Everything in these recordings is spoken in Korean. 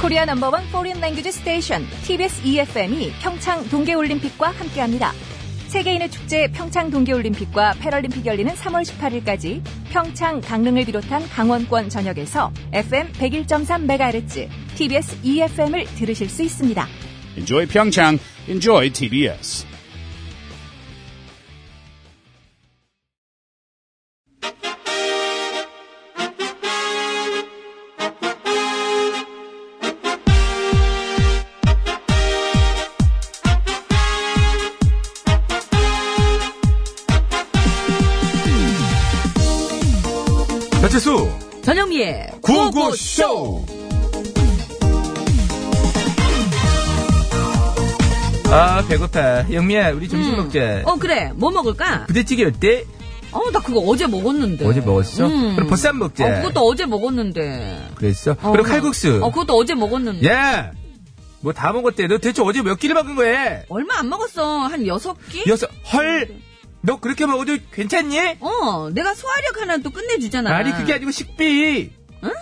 코리아 넘버원 포린 랭귀지 스테이션 TBS EFM이 평창 동계올림픽과 함께합니다. 세계인의 축제 평창 동계올림픽과 패럴림픽 열리는 3월 18일까지 평창 강릉을 비롯한 강원권 전역에서 FM 101.3MHz TBS EFM을 들으실 수 있습니다. Enjoy Pyeongchang. Enjoy TBS. 배치수 전영미의 구구쇼. 아 배고파. 영미야 우리 점심 먹자. 어 그래 뭐 먹을까? 부대찌개 어때? 어 나 그거 어제 먹었는데. 어제 먹었어? 음. 그럼 보쌈 먹자. 어, 그것도 어제 먹었는데. 그랬어? 어. 그럼 칼국수. 어 그것도 어제 먹었는데. 야, 뭐 다 먹었대. 너 대체 어제 몇 끼를 먹은 거야? 얼마 안 먹었어 한 여섯 끼? 여섯. 헐, 너 그렇게 먹어도 괜찮니? 어 내가 소화력 하나 또 끝내주잖아. 아니 그게 아니고 식비.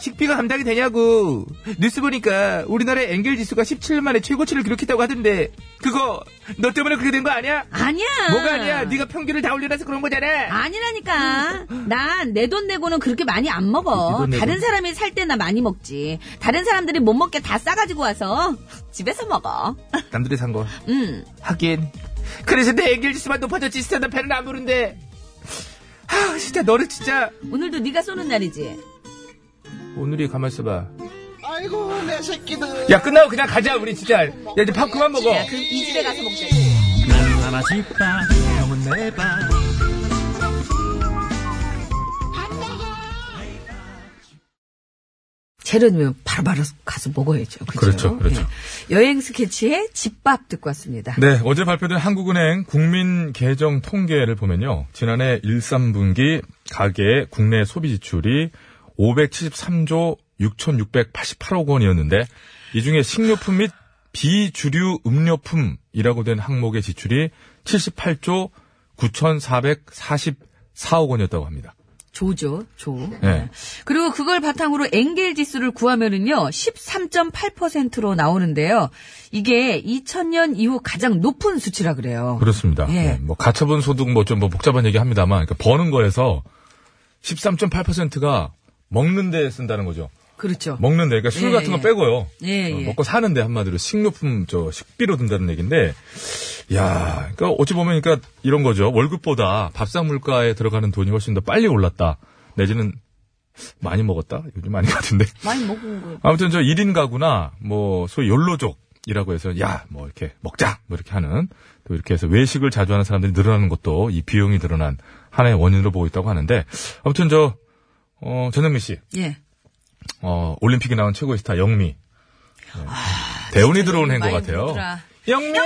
식비가 감당이 되냐고. 뉴스 보니까 우리나라의 앵겔 지수가 17년 만에 최고치를 기록했다고 하던데 그거 너 때문에 그렇게 된 거 아니야? 아니야. 뭐가 아니야? 네가 평균을 다 올려놔서 그런 거잖아. 아니라니까. 난 내 돈 내고는 그렇게 많이 안 먹어. 이돈 내고. 다른 사람이 살 때나 많이 먹지. 다른 사람들이 못 먹게 다 싸가지고 와서 집에서 먹어. 남들이 산 거. 음. 하긴. 그래서 내 앵겔 지수만 높아졌지 스탠드 배는 안 부른데. 아 진짜 너는 진짜 오늘도 네가 쏘는 날이지. 오늘이 가만 있어봐. 아이고 내 새끼들 야 끝나고 그냥 가자 우리 진짜. 야 이제 밥 그만 먹어. 야, 그, 이 집에 가서 먹자. 재료는 바로바로 가서 먹어야죠. 그죠? 그렇죠, 그렇죠. 예. 여행 스케치의 집밥 듣고 왔습니다. 네, 어제 발표된 한국은행 국민 계정 통계를 보면요. 지난해 1, 3분기 가계의 국내 소비 지출이 573조 6,688억 원이었는데 이 중에 식료품 및 비주류 음료품이라고 된 항목의 지출이 78조 9,444억 원이었다고 합니다. 조죠, 조. 네. 그리고 그걸 바탕으로 엥겔 지수를 구하면은요, 13.8%로 나오는데요. 이게 2000년 이후 가장 높은 수치라 그래요. 그렇습니다. 예. 네, 뭐 가처분 소득 뭐 좀 뭐 복잡한 얘기 합니다만 그러니까 버는 거에서 13.8%가 먹는 데 쓴다는 거죠. 그렇죠. 먹는데, 그러니까 술 예, 같은 거 예. 빼고요. 예, 어, 예. 먹고 사는데 한마디로 식료품 저 식비로 든다는 얘기인데, 야, 그러니까 어찌 보면 그러니까 이런 거죠. 월급보다 밥상 물가에 들어가는 돈이 훨씬 더 빨리 올랐다. 내지는 많이 먹었다. 요즘 아닌 것 같은데. 많이 먹은 거. 아무튼 저 1인 가구나 뭐 소위 욜로족이라고 해서 야, 뭐 이렇게 먹자. 뭐 이렇게 하는 또 이렇게 해서 외식을 자주 하는 사람들이 늘어나는 것도 이 비용이 늘어난 하나의 원인으로 보고 있다고 하는데 아무튼 저 어, 전현미 씨. 예. 어, 올림픽에 나온 최고의 스타 영미. 네. 대운이 들어온 행인 것 아, 많이 뭐 같아요. 먹더라. 영미!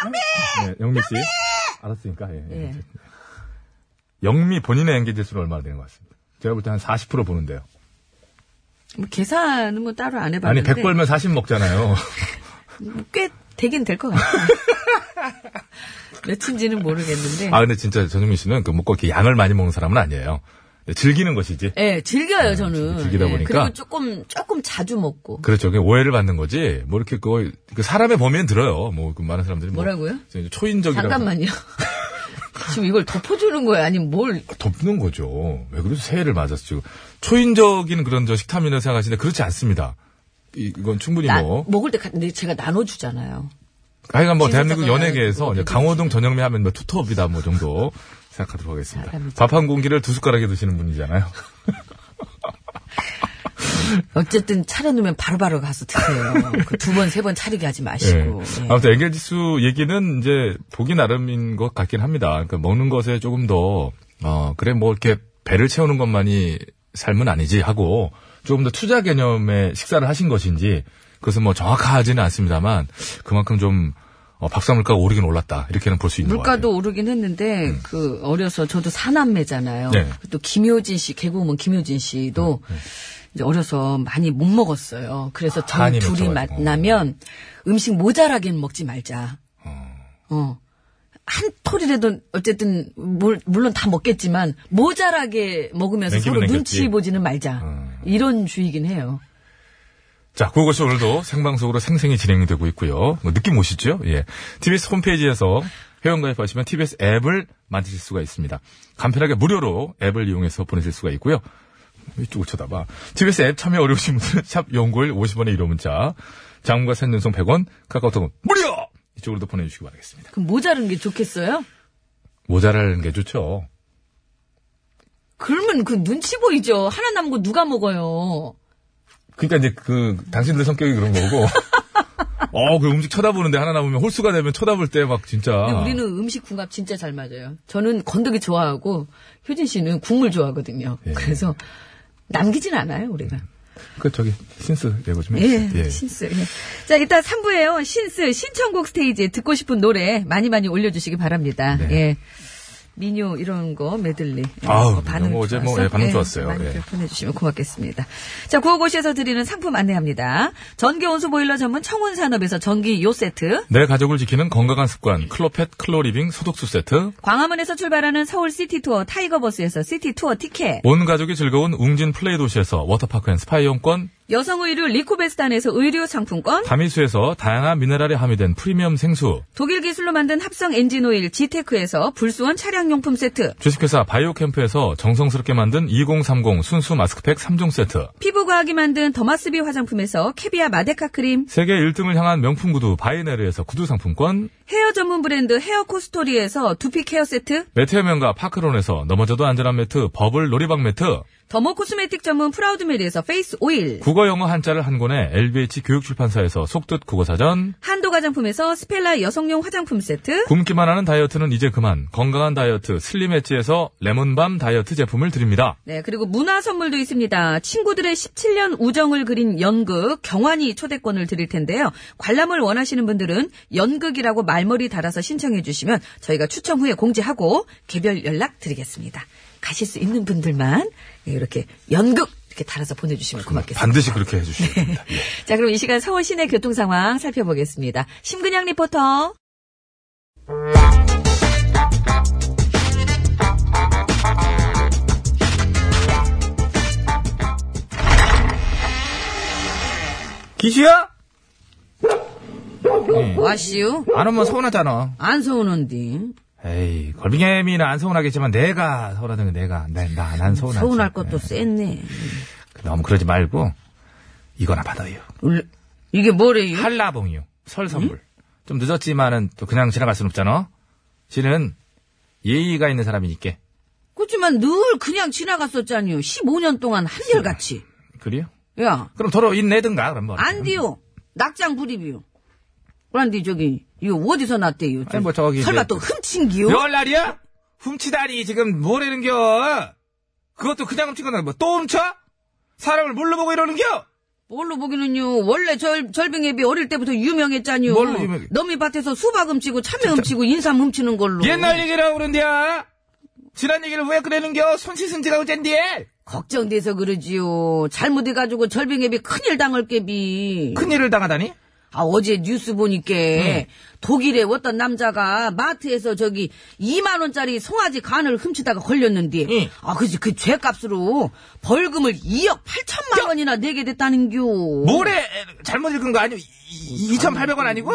영미! 네, 영미 씨. 알았으니까, 예. 예. 예. 어쨌든. 영미 본인의 연기 지수는 얼마나 되는 것 같습니다. 제가 볼 때 한 40% 보는데요. 뭐 계산은 뭐 따로 안 아니, 해봤는데. 100 벌면 40 먹잖아요. 꽤 되긴 될 것 같아요. 몇인지는 모르겠는데. 아, 근데 진짜 전영미 씨는 그 먹고 이렇게 양을 많이 먹는 사람은 아니에요. 근데 즐기는 것이지. 예, 즐겨요, 저는. 아, 즐기다 예, 보니까. 그리고 조금, 조금 자주 먹고. 그렇죠. 그게 오해를 받는 거지. 뭐 이렇게 그거, 그 사람의 범위엔 들어요. 뭐, 그 많은 사람들이. 뭐 뭐라고요? 초인적이라고. 잠깐만요. 지금 이걸 덮어주는 거예요? 아니면 뭘. 덮는 거죠. 왜 그래도 새해를 맞아서 지금 초인적인 그런 저 식탐이라 생각하시는데 그렇지 않습니다. 이- 이건 충분히 나- 뭐 먹을 때, 가- 근데 제가 나눠주잖아요. 하여간 뭐 진짜 대한민국 그거는 연예계에서 그거는 이제 강호동 전영미 하면 뭐 투톱이다 뭐 정도 생각하도록 하겠습니다. 사람이죠. 밥 한 공기를 두 숟가락에 드시는 분이잖아요. 어쨌든 차려놓으면 바로바로 가서 드세요. 그 두 번, 세 번 차리게 하지 예. 마시고. 예. 아무튼 앵겔지수 얘기는 이제 보기 나름인 것 같긴 합니다. 그러니까 먹는 것에 조금 더 어, 그래 뭐 이렇게 배를 채우는 것만이 삶은 아니지 하고 조금 더 투자 개념의 식사를 하신 것인지 그것은 뭐 정확하지는 않습니다만 그만큼 좀 어, 박사물가가 오르긴 올랐다 이렇게는 볼 수 있는 것 같아요. 물가도 오르긴 했는데, 그, 어려서, 저도 음. 사남매잖아요. 네. 음, 또 김효진 씨, 개그우먼 김효진 씨도, 이제 어려서 많이 못 먹었어요. 그래서 아, 저희 많이 둘이 먹어가지고. 만나면 음식 모자라게는 먹지 말자. 어. 한 톨이라도 어쨌든 물, 물론 다 먹겠지만 모자라게 먹으면서 남기면 서로 눈치 남겼지. 어. 보지는 말자. 음. 이런 주의긴 해요. 자, 그것이 오늘도 생방송으로 생생히 진행되고 있고요. 뭐 느낌 오시죠? 예. TBS 홈페이지에서 회원가입하시면 TBS 앱을 만드실 수가 있습니다. 간편하게 무료로 앱을 이용해서 보내실 수가 있고요. 이쪽을 쳐다봐. TBS 앱 참여 어려우신 분들은 샵 연구일 50원의 1호 문자, 장문과 산 연속 100원, 카카오톡은 무료! 이쪽으로도 보내주시기 바라겠습니다. 그럼 모자른 게 좋겠어요? 모자라는 게 좋죠. 그러면 그 눈치 보이죠. 하나 남은 거 누가 먹어요? 그러니까 이제 그 당신들 성격이 그런 거고. 어, 그 음식 쳐다보는데 하나 남으면 홀수가 되면 쳐다볼 때 막 진짜. 근데 우리는 음식 궁합 진짜 잘 맞아요. 저는 건더기 좋아하고 효진 씨는 국물 좋아하거든요. 예. 그래서 남기진 않아요 우리가. 그 저기 신스 예고 좀 예, 해주세요. 예. 신스. 예. 자, 이따 3부에요. 신스 신청곡 스테이지에 듣고 싶은 노래 많이 많이 올려주시기 바랍니다. 네. 예. 민요 이런 거 메들리. 아우, 어, 반응 민요 어제 뭐, 좋아서. 예, 반응 좋았어요. 많이 예. 보내주시면 고맙겠습니다. 자, 구호고시에서 드리는 상품 안내합니다. 전기 온수 보일러 전문 청운산업에서 전기 요 세트. 내 가족을 지키는 건강한 습관 클로펫 클로리빙 소독수 세트 광화문에서 출발하는 서울 시티 투어 타이거 버스에서 시티 투어 티켓. 온 가족이 즐거운 웅진 플레이 도시에서 워터파크 앤 스파 이용권 여성 의류 리코베스탄에서 의류 상품권. 다미수에서 다양한 미네랄이 함유된 프리미엄 생수 독일 기술로 만든 합성 엔진 오일 지테크에서 불수원 차량용품 세트. 주식회사 바이오캠프에서 정성스럽게 만든 2030 순수 마스크팩 3종 세트 피부과학이 만든 더마스비 화장품에서 캐비아 마데카 크림, 세계 1등을 향한 명품 구두 바이네르에서 구두 상품권 헤어 전문 브랜드 헤어 코스토리에서 두피 케어 세트, 매트의 명가 파크론에서 넘어져도 안전한 매트 버블 놀이방 매트 더모 코스메틱 전문 프라우드메리에서 페이스 오일, 국어 영어 한자를 한 권에 LBH 교육출판사에서 속뜻 국어사전 한도 화장품에서 스펠라 여성용 화장품 세트, 굶기만 하는 다이어트는 이제 그만 건강한 다이어트 슬림 엣지에서 레몬밤 다이어트 제품을 드립니다. 네, 그리고 문화 선물도 있습니다. 친구들의 17년 우정을 그린 연극 경환이 초대권을 드릴 텐데요. 관람을 원하시는 분들은 연극이라고 말머리 달아서 신청해 주시면 저희가 추첨 후에 공지하고 개별 연락 드리겠습니다. 가실 수 있는 분들만 네, 이렇게 연극 이렇게 달아서 보내주시면 고맙겠습니다. 반드시 그렇게 해주시면 됩니다. 예. 음. 자, 그럼 이 시간 서울 시내 교통 상황 살펴보겠습니다. 심근양 리포터. 기시야? 음. 와시우. 안 오면 서운하잖아. 안 서운한디. 에이, 걸빙애미는 안 서운하겠지만 내가 서운하던 게 내가. 네, 난안 서운하지. 음, 서운할 것도 쎘네. 너무 그러지 말고 이거나 받아요. 음? 이게 뭐래요? 한라봉이요. 음? 설 선물. 좀 늦었지만은 또 그냥 지나갈 순 없잖아. 지는 예의가 있는 사람이니까. 그렇지만 늘 그냥 지나갔었잖요. 15년 동안 한결같이. 그래요? 야, 그럼 더러 인내든가 그럼 뭐. 안 돼요. 낙장 불입이요. 그런데 저기 이거 어디서 났대요? 아니, 뭐 저기 설마 이제- 또 훔친기요? 열날이야? 훔치다니 지금 뭐라는겨? 그것도 그냥 훔친 건데 뭐또 훔쳐? 사람을 뭘로 보고 이러는겨? 뭘로 보기는요. 원래 절, 절빙예비 어릴 때부터 유명했잖요. 뭘로 유명해? 너미 밭에서 수박 훔치고 참외 훔치고 인삼 훔치는 걸로. 옛날 얘기라고 그러는데야. 지난 얘기를 왜 그러는겨? 손 씻은 지가 언젠데? 걱정돼서 그러지요. 잘못해가지고 절빙예비 큰일 당할 게비. 큰일을 당하다니? 아, 어제 뉴스 보니까 네. 독일의 어떤 남자가 마트에서 저기 2만 원짜리 송아지 간을 훔치다가 걸렸는데 응. 아, 그지 그 죄값으로 벌금을 2억 8천만 원이나 내게 됐다는겨. 뭐래? 잘못 읽은 거 아니오? 뭐 2,800원 아니고?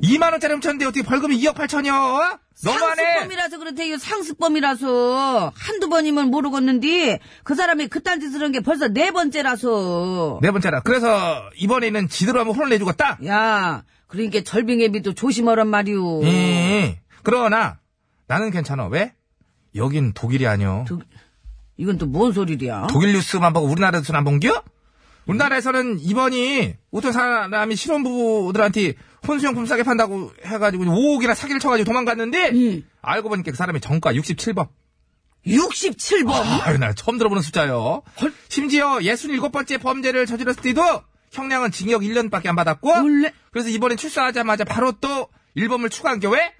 2만원짜리 훔쳤는데 어떻게 벌금이 2억 8천이요? 너무하네! 상습범이라서 그렇대요. 상습범이라서 한두 번이면 모르겠는데 그 사람이 그딴 짓을 한 게 벌써 네 번째라서. 네 번째라. 그래서 이번에는 지대로 한번 혼을 내주겠다? 야, 그러니까 절빙애비도 조심하란 말이오. 예. 그러나 나는 괜찮아. 왜? 여긴 독일이 아니오. 독- 이건 또 뭔 소리야? 독일 뉴스만 보고 우리나라에서는 안 본겨? 우리나라에서는 이번이 어떤 사람이 신혼부부들한테 혼수용품 싸게 판다고 해가지고 5억이나 사기를 쳐가지고 도망갔는데 음. 알고 보니까 그 사람이 정가 67번. 67번. 아유 나 처음 들어보는 숫자요. 심지어 67번째 범죄를 저질렀을 때도 형량은 징역 1년밖에 안 받았고 원래- 그래서 이번에 출소하자마자 바로 또 1범을 추가한 게 왜?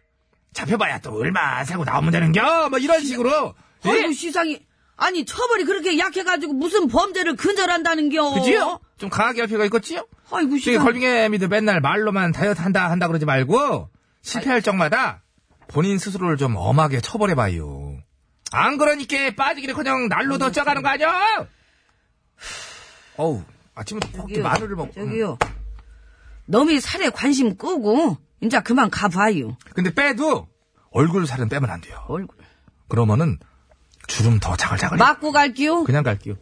잡혀봐야 또 얼마 살고 나오면 되는겨? 뭐 이런 식으로 예? 아이고 시상이 아니 처벌이 그렇게 약해가지고 무슨 범죄를 근절한다는겨? 그지요? 좀 강하게 할 필요가 있겠지요? 아이고 저기 시상. 걸빙애미들 맨날 말로만 다이어트 한다 한다 그러지 말고 실패할 적마다 본인 스스로를 좀 엄하게 처벌해봐요. 안 그러니까 빠지기를 그냥 날로 더 쪄가는 거 아니야? 어우 아침부터 그렇게 마늘을 먹고. 저기요. 너미 살에 관심 끄고 이제 그만 가봐요. 음. 근데 빼도 얼굴 살은 빼면 안 돼요. 얼굴. 그러면은 주름 더 자글자글. 맞고 갈게요. 그냥 갈게요.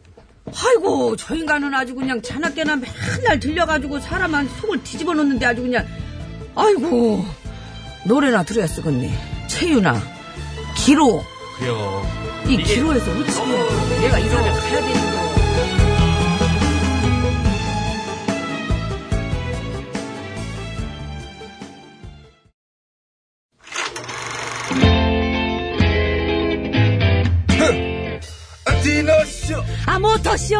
아이고 저 인간은 아주 그냥 자나깨나 맨날 들려가지고 사람한 속을 뒤집어 놓는데 아주 그냥 아이고 노래나 들어야 쓰겠네 채윤아 기로 그래요. 이 기로에서 우치고 내가 이 사람을 가야 되는 거 디너쇼! 아 모터쇼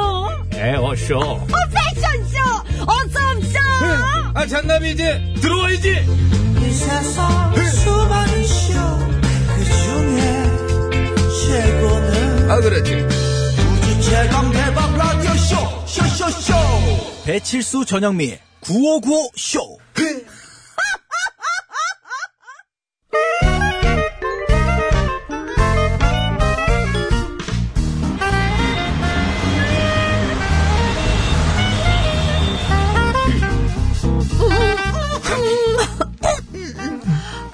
네, 에어쇼. 패션쇼 어썸쇼 아, 잔나비 이제 들어와야지! 네. 이 세상 수많은 쇼그 중에 최고는 아, 그렇지. 우주 최강 대박 라디오 쇼 쇼쇼쇼 배칠수 전영미 9595 쇼.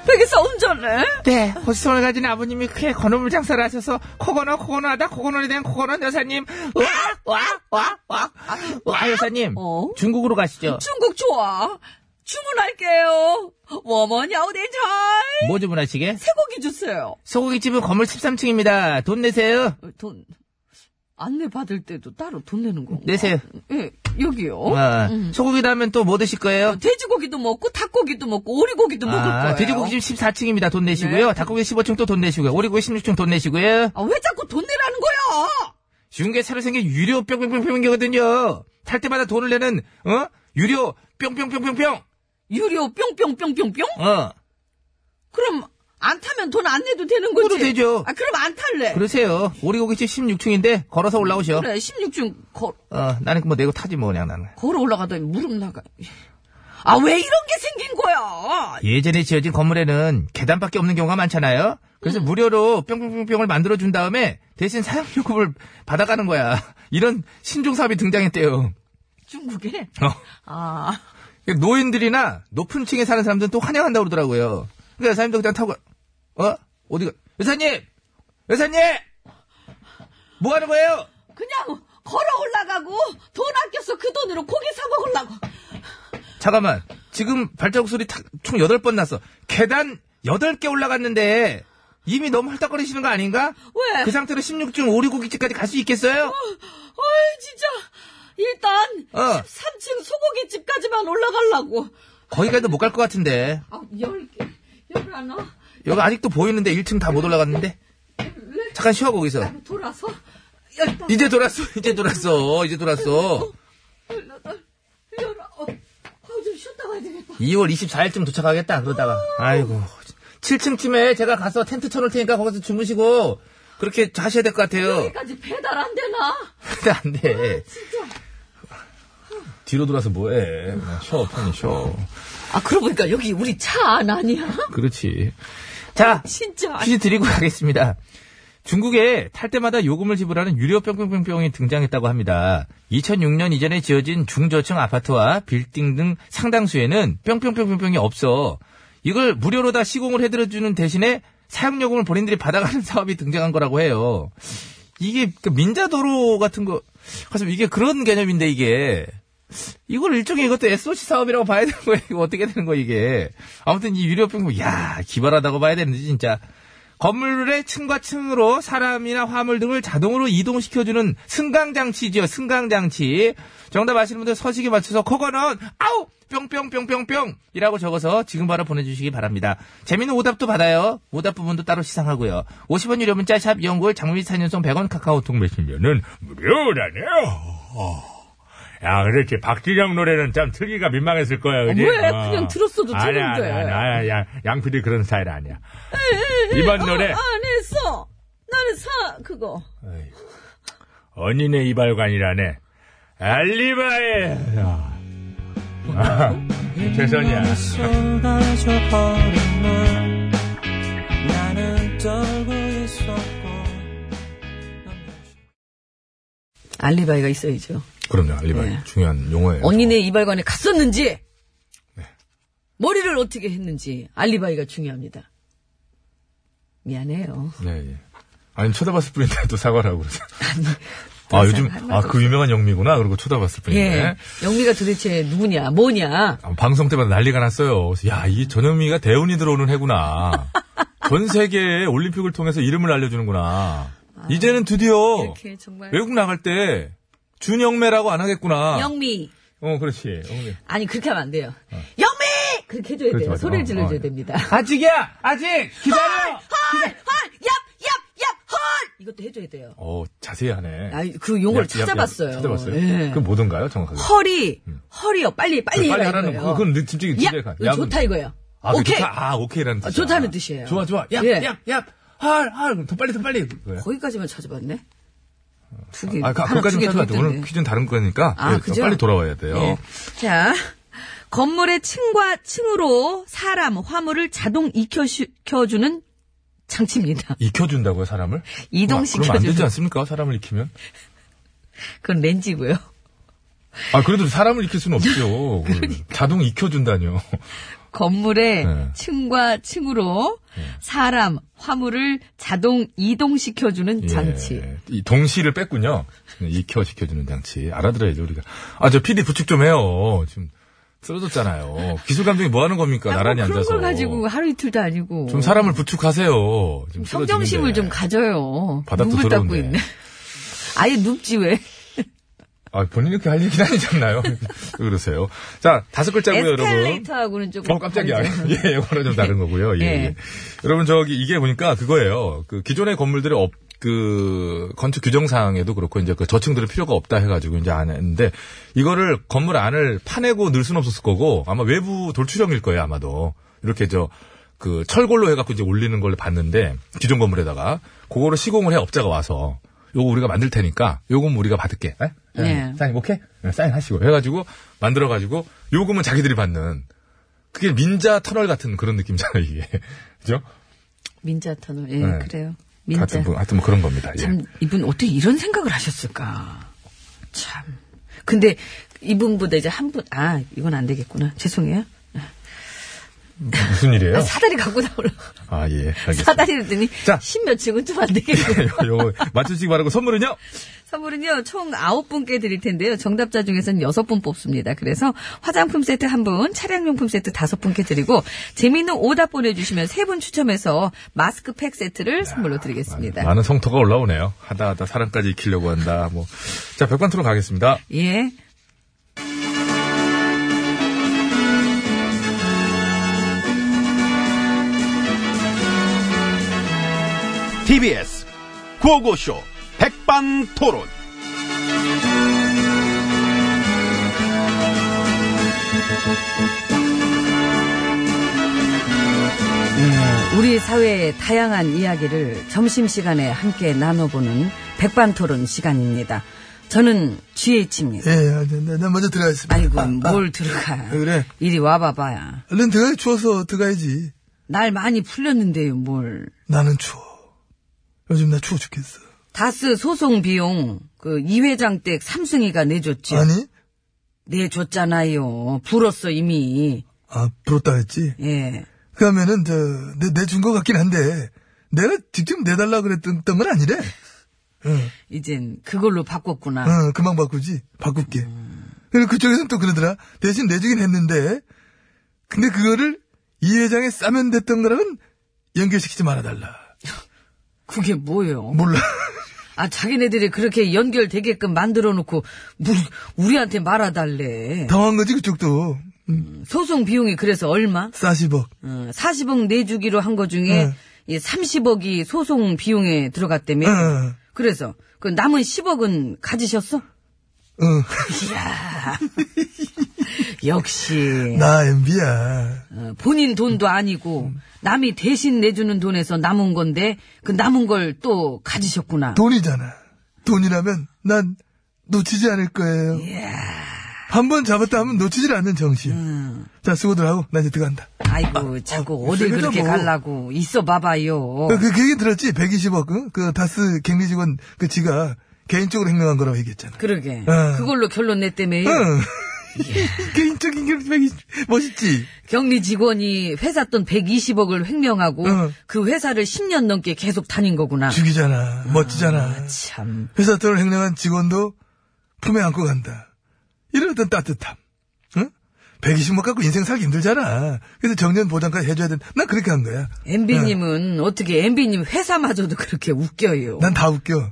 백에서 운전해 네, 호스턴을 가진 아버님이 크게 건어물 장사를 하셔서 코건어 코건어하다 코건어에 대한 코건어 여사님 와와와와와 여사님 어? 중국으로 가시죠 중국 좋아 주문할게요 워머니 아우데잘 뭐 주문하시게? 쇠고기 주세요 소고기집은 건물 13층입니다 돈 내세요 돈 안내 받을 때도 따로 돈 내는 건가? 내세요 예, 여기요. 어, 소고기 다음엔 또 뭐 드실 거예요? 돼지고기도 먹고 닭고기도 먹고 오리고기도 먹을 거예요. 아, 돼지고기집 14층입니다 돈 내시고요 네. 닭고기 15층 또 돈 내시고요 오리고기 16층 돈 내시고요 아, 왜 자꾸 돈 내라는 거야? 중계 새로 생긴 유료 뿅뿅뿅뿅이거든요 탈 때마다 돈을 내는 어? 유료 뿅뿅뿅뿅뿅 유료 뿅뿅뿅뿅뿅? 어 그럼 안 타면 돈 안 내도 되는 거지? 그래도 되죠. 아, 그럼 안 탈래. 그러세요 오리고기집 16층인데 걸어서 올라오셔 그래, 16층 걸, 어, 나는 뭐 내고 타지 뭐 그냥 나는. 걸어 올라가더니 무릎 나가. 아, 왜 이런 게 생긴 거야? 예전에 지어진 건물에는 계단밖에 없는 경우가 많잖아요. 그래서 음. 무료로 뿅뿅뿅뿅을 만들어준 다음에 대신 사용료금을 받아가는 거야. 이런 신종 사업이 등장했대요. 중국에? 어. 아, 노인들이나 높은 층에 사는 사람들은 또 환영한다고 그러더라고요. 그러니까 여사님도 그냥 타고, 어? 어디가? 여사님! 여사님! 뭐 하는 거예요? 그냥 걸어 올라가고 돈 아껴서 그 돈으로 고기 사 먹으려고. 잠깐만. 지금 발자국 소리 탁- 총 8번 났어. 계단 8개 올라갔는데 이미 너무 헐떡거리시는 거 아닌가? 왜? 그 상태로 16층 오리고기집까지 갈 수 있겠어요? 어이, 진짜. 일단, 어. 13층 소고기집까지만 올라가려고. 거기까지도 못 갈 것 같은데. 아, 열 개, 열 하나, 여기 아직도 보이는데 1층 다 못 올라갔는데. 잠깐 쉬어 거기서. 돌아서, 열다, 이제 돌았어. 이제 돌았어. 이제 돌았어. 열여덟, 열아홉. 아우, 좀 쉬었다 가야 되겠다. 2월 24일쯤 도착하겠다. 그러다가 아이고. 7층쯤에 제가 가서 텐트 쳐놓을 테니까 거기서 주무시고 그렇게 하셔야 될 것 같아요. 여기까지 배달 안 되나? 근데 안 돼. 뒤로 돌아서 뭐해. 쇼, 편히 쇼. 아, 그러고 보니까 여기 우리 차 안 아니야? 그렇지. 자, 진짜. 퀴즈 드리고 가겠습니다. 중국에 네, 탈 때마다 요금을 지불하는 유료 뿅뿅뿅뿅이 등장했다고 합니다. 2006년 이전에 지어진 중저층 아파트와 빌딩 등 상당수에는 뿅뿅뿅뿅뿅이 없어 이걸 무료로 다 시공을 해드려주는 대신에 사용요금을 본인들이 받아가는 사업이 등장한 거라고 해요. 이게 그 민자도로 같은 거, 가서 이게 그런 개념인데 이게 이걸 일종의 이것도 SOC 사업이라고 봐야 되는 거예요. 이거 어떻게 되는 거예요, 이게. 아무튼 이 유료 평범, 야 기발하다고 봐야 되는데, 진짜. 건물의 층과 층으로 사람이나 화물 등을 자동으로 이동시켜주는 승강장치지요, 승강장치. 정답 아시는 분들 서식에 맞춰서 커거는 아우! 뿅뿅뿅뿅뿅! 이라고 적어서 지금 바로 보내주시기 바랍니다. 재밌는 오답도 받아요. 오답 부분도 따로 시상하고요. 50원 유료 문자 샵 연골 장미 사연송 100원 카카오톡 메신저는 무료라네요. 야, 그렇지. 박지영 노래는 참 틀기가 민망했을 거야, 그지? 왜? 그냥 들었어도 아니야, 되는데. 아니야, 아니야, 아니야. 야, 양피디 그런 스타일 아니야. 이번 노래. 아, 안 했어. 나는 사, 그거. 언니네 이발관이라네. 알리바이. 아. 아, 어, 죄송이야. 쏟아져버린 물 나는 떨고 있었고 알리바이가 있어야죠. 그럼요. 알리바이. 네. 중요한 용어예요. 언니네 이발관에 갔었는지 네. 머리를 어떻게 했는지 알리바이가 중요합니다. 미안해요. 네, 예. 아니, 쳐다봤을 뿐인데 또 사과라고 그러세요. 아, 요즘, 할 말도 아, 그 유명한 영미구나. 그러고 쳐다봤을 예. 뿐인데. 영미가 도대체 누구냐, 뭐냐. 아, 방송 때마다 난리가 났어요. 그래서 야, 이 전현미가 대운이 들어오는 해구나. 전 세계에 올림픽을 통해서 이름을 알려주는구나. 이제는 드디어 아. 이렇게 정말. 외국 나갈 때 준영매라고 안 하겠구나. 영미. 어, 그렇지. 영미. 아니, 그렇게 하면 안 돼요. 영미! 그렇게 해줘야 어. 그렇죠, 돼요. 맞아. 소리를 어, 어, 질러줘야 예. 됩니다. 아직이야! 아직! 기다려! 헐! 헐! 얍! 얍! 얍! 헐! 이것도 해줘야 돼요. 어, 자세히 하네. 아, 그 용어를 야, 야, 야, 찾아봤어요. 찾아봤어요? 예. 그 뭐던가요, 정확하게? 헐이, 헐이요. 빨리, 빨리. 빨리 해라 하라는 이거예요. 거. 그건 집중이 야, 집중이 가. 이거 좋다 이거예요. 아, 오케이. 오케이. 좋다. 아, 오케이라는 뜻. 아, 좋다는 뜻이에요. 좋아, 좋아. 야, 예. 야, 야. 할, 할. 더 빨리, 더 빨리. 그거예요. 거기까지만 찾아봤네. 두 개. 아, 그, 하나 그까지는 두개더 찾아봤죠. 오늘 퀴즈는 다른 거니까. 아, 예, 그죠? 빨리 돌아와야 돼요. 예. 자, 건물의 층과 층으로 사람, 화물을 자동 익혀주는 장치입니다. 익혀준다고요, 사람을? 이동시켜주는- 그럼 안 되지 않습니까? 사람을 익히면? 그건 렌즈고요. 아, 그래도 사람을 익힐 수는 없죠. 그러니까. 그걸. 자동 익혀준다뇨. 건물의 네. 층과 층으로 사람, 화물을 자동 이동시켜주는 예. 장치. 이 동시를 뺐군요. 네, 익혀시켜주는 장치. 알아들어야죠, 우리가. 아, 저 PD 부축 좀 해요. 지금 쓰러졌잖아요. 기술 감독이 뭐 하는 겁니까? 아, 뭐 나란히 그런 앉아서. 걸 가지고 하루 이틀도 아니고. 좀 사람을 부축하세요. 지금 쓰러지는데. 평정심을 좀 가져요. 바닥도 눈물 닦고 더러운데. 있네. 아예 눕지 왜? 아, 본인 이렇게 할 얘기는 아니잖아요. 왜 그러세요? 자, 다섯 글자고요, 여러분. 에스컬레이터하고는 조금. 어, 깜짝이야. 다르죠. 예, 이거는 좀 다른 거고요. 예, 예. 예. 여러분, 저기, 이게 보니까 그거예요. 그, 기존의 건물들의 업, 그, 건축 규정상에도 그렇고, 이제 그 저층들의 필요가 없다 해가지고, 이제 안 했는데, 이거를 건물 안을 파내고 넣을 순 없었을 거고, 아마 외부 돌출형일 거예요, 아마도. 이렇게 저, 그, 철골로 해갖고 이제 올리는 걸 봤는데, 기존 건물에다가, 그거를 시공을 해, 업자가 와서. 요거 우리가 만들 테니까, 요건 우리가 받을게. 에? 에, 네. 사인 오케이? 에, 사인하시고. 해가지고, 만들어가지고, 요금은 자기들이 받는. 그게 민자 터널 같은 그런 느낌이잖아요, 이게. 그죠? 민자 터널. 예, 네. 그래요. 같은 민자. 분, 하여튼 뭐 그런 겁니다. 예. 참, 이분 어떻게 이런 생각을 하셨을까. 참. 근데 이분보다 이제 한 분, 아, 이건 안 되겠구나. 죄송해요. 무슨 일이에요? 아, 사다리 갖고 나오려고. 아, 예. 알겠습니다. 사다리를 더니 예. 자. 예, 십몇 층은 좀 안 되겠고. 요, 요, 맞추시기 바라고 선물은요? 선물은요, 총 9분께 드릴 텐데요. 정답자 중에서는 6분 뽑습니다. 그래서 화장품 세트 1분, 차량용품 세트 5분께 드리고, 재미있는 오답 보내주시면 3분 추첨해서 마스크팩 세트를 선물로 드리겠습니다. 많은 성토가 올라오네요. 하다 하다 사람까지 익히려고 한다, 뭐. 자, 백반 토론 가겠습니다. 예. TBS 구호고쇼 백반토론 우리 사회의 다양한 이야기를 점심시간에 함께 나눠보는 백반토론 시간입니다. 저는 GH입니다. 예, 아, 네, 네, 나 먼저 들어가겠습니다. 아이고, 아, 아, 뭘 들어가. 그래? 이리 와봐봐야. 얼른 들어가, 추워서 들어가야지. 날 많이 풀렸는데요, 뭘. 나는 추워. 요즘 나 추워 죽겠어. 다스 소송 비용, 그, 이회장 댁 삼승이가 내줬지. 아니? 내줬잖아요. 불었어, 이미. 아, 부럽다 했지? 예. 그러면은, 저, 내, 내준 것 같긴 한데, 내가 직접 내달라 그랬던 건 아니래. 이젠 그걸로 바꿨구나. 어, 금방 바꾸지. 바꿀게. 그리고 그쪽에서는 또 그러더라. 대신 내주긴 했는데, 근데 그거를 이 회장에 싸면 됐던 거랑은 연결시키지 말아달라. 그게 뭐예요? 몰라. 아, 자기네들이 그렇게 연결되게끔 만들어 놓고, 물, 우리한테 말아달래. 당황한 거지, 그쪽도. 소송 비용이 그래서 얼마? 싸시벅. 어, 40억 내주기로 한 거 중에 응. 이 30억이 소송 비용에 들어갔다며. 응. 그래서 그 남은 10억은 가지셨어? 응. 역시 나 MB야. 어, 본인 돈도 아니고 남이 대신 내주는 돈에서 남은 건데 그 남은 걸 또 가지셨구나. 돈이잖아. 돈이라면 난 놓치지 않을 거예요. 한 번 잡았다 하면 놓치질 않는 정신. 자, 수고들 하고, 나 이제 들어간다. 아이고 자꾸 어, 어딜 그래도 그렇게 뭐. 갈라고 있어 봐봐요. 그 그, 그 얘기 들었지? 120억, 응? 그 다스 갱리 직원, 그 지가 개인적으로 행동한 거라고 얘기했잖아. 그러게. 어. 그걸로 결론 냈다며. 응. 개인적인 게 되게 멋있지. 격리 직원이 회사 돈 120억을 횡령하고 어. 그 회사를 10년 넘게 계속 다닌 거구나. 죽이잖아. 멋지잖아. 참. 회사 돈을 횡령한 직원도 품에 안고 간다. 이런 어떤 따뜻함. 응? 120만 갖고 인생 살기 힘들잖아. 그래서 정년 보장까지 해줘야 된다. 난 그렇게 한 거야. MB님은 어떻게 MB님 회사마저도 그렇게 웃겨요. 난 다 웃겨.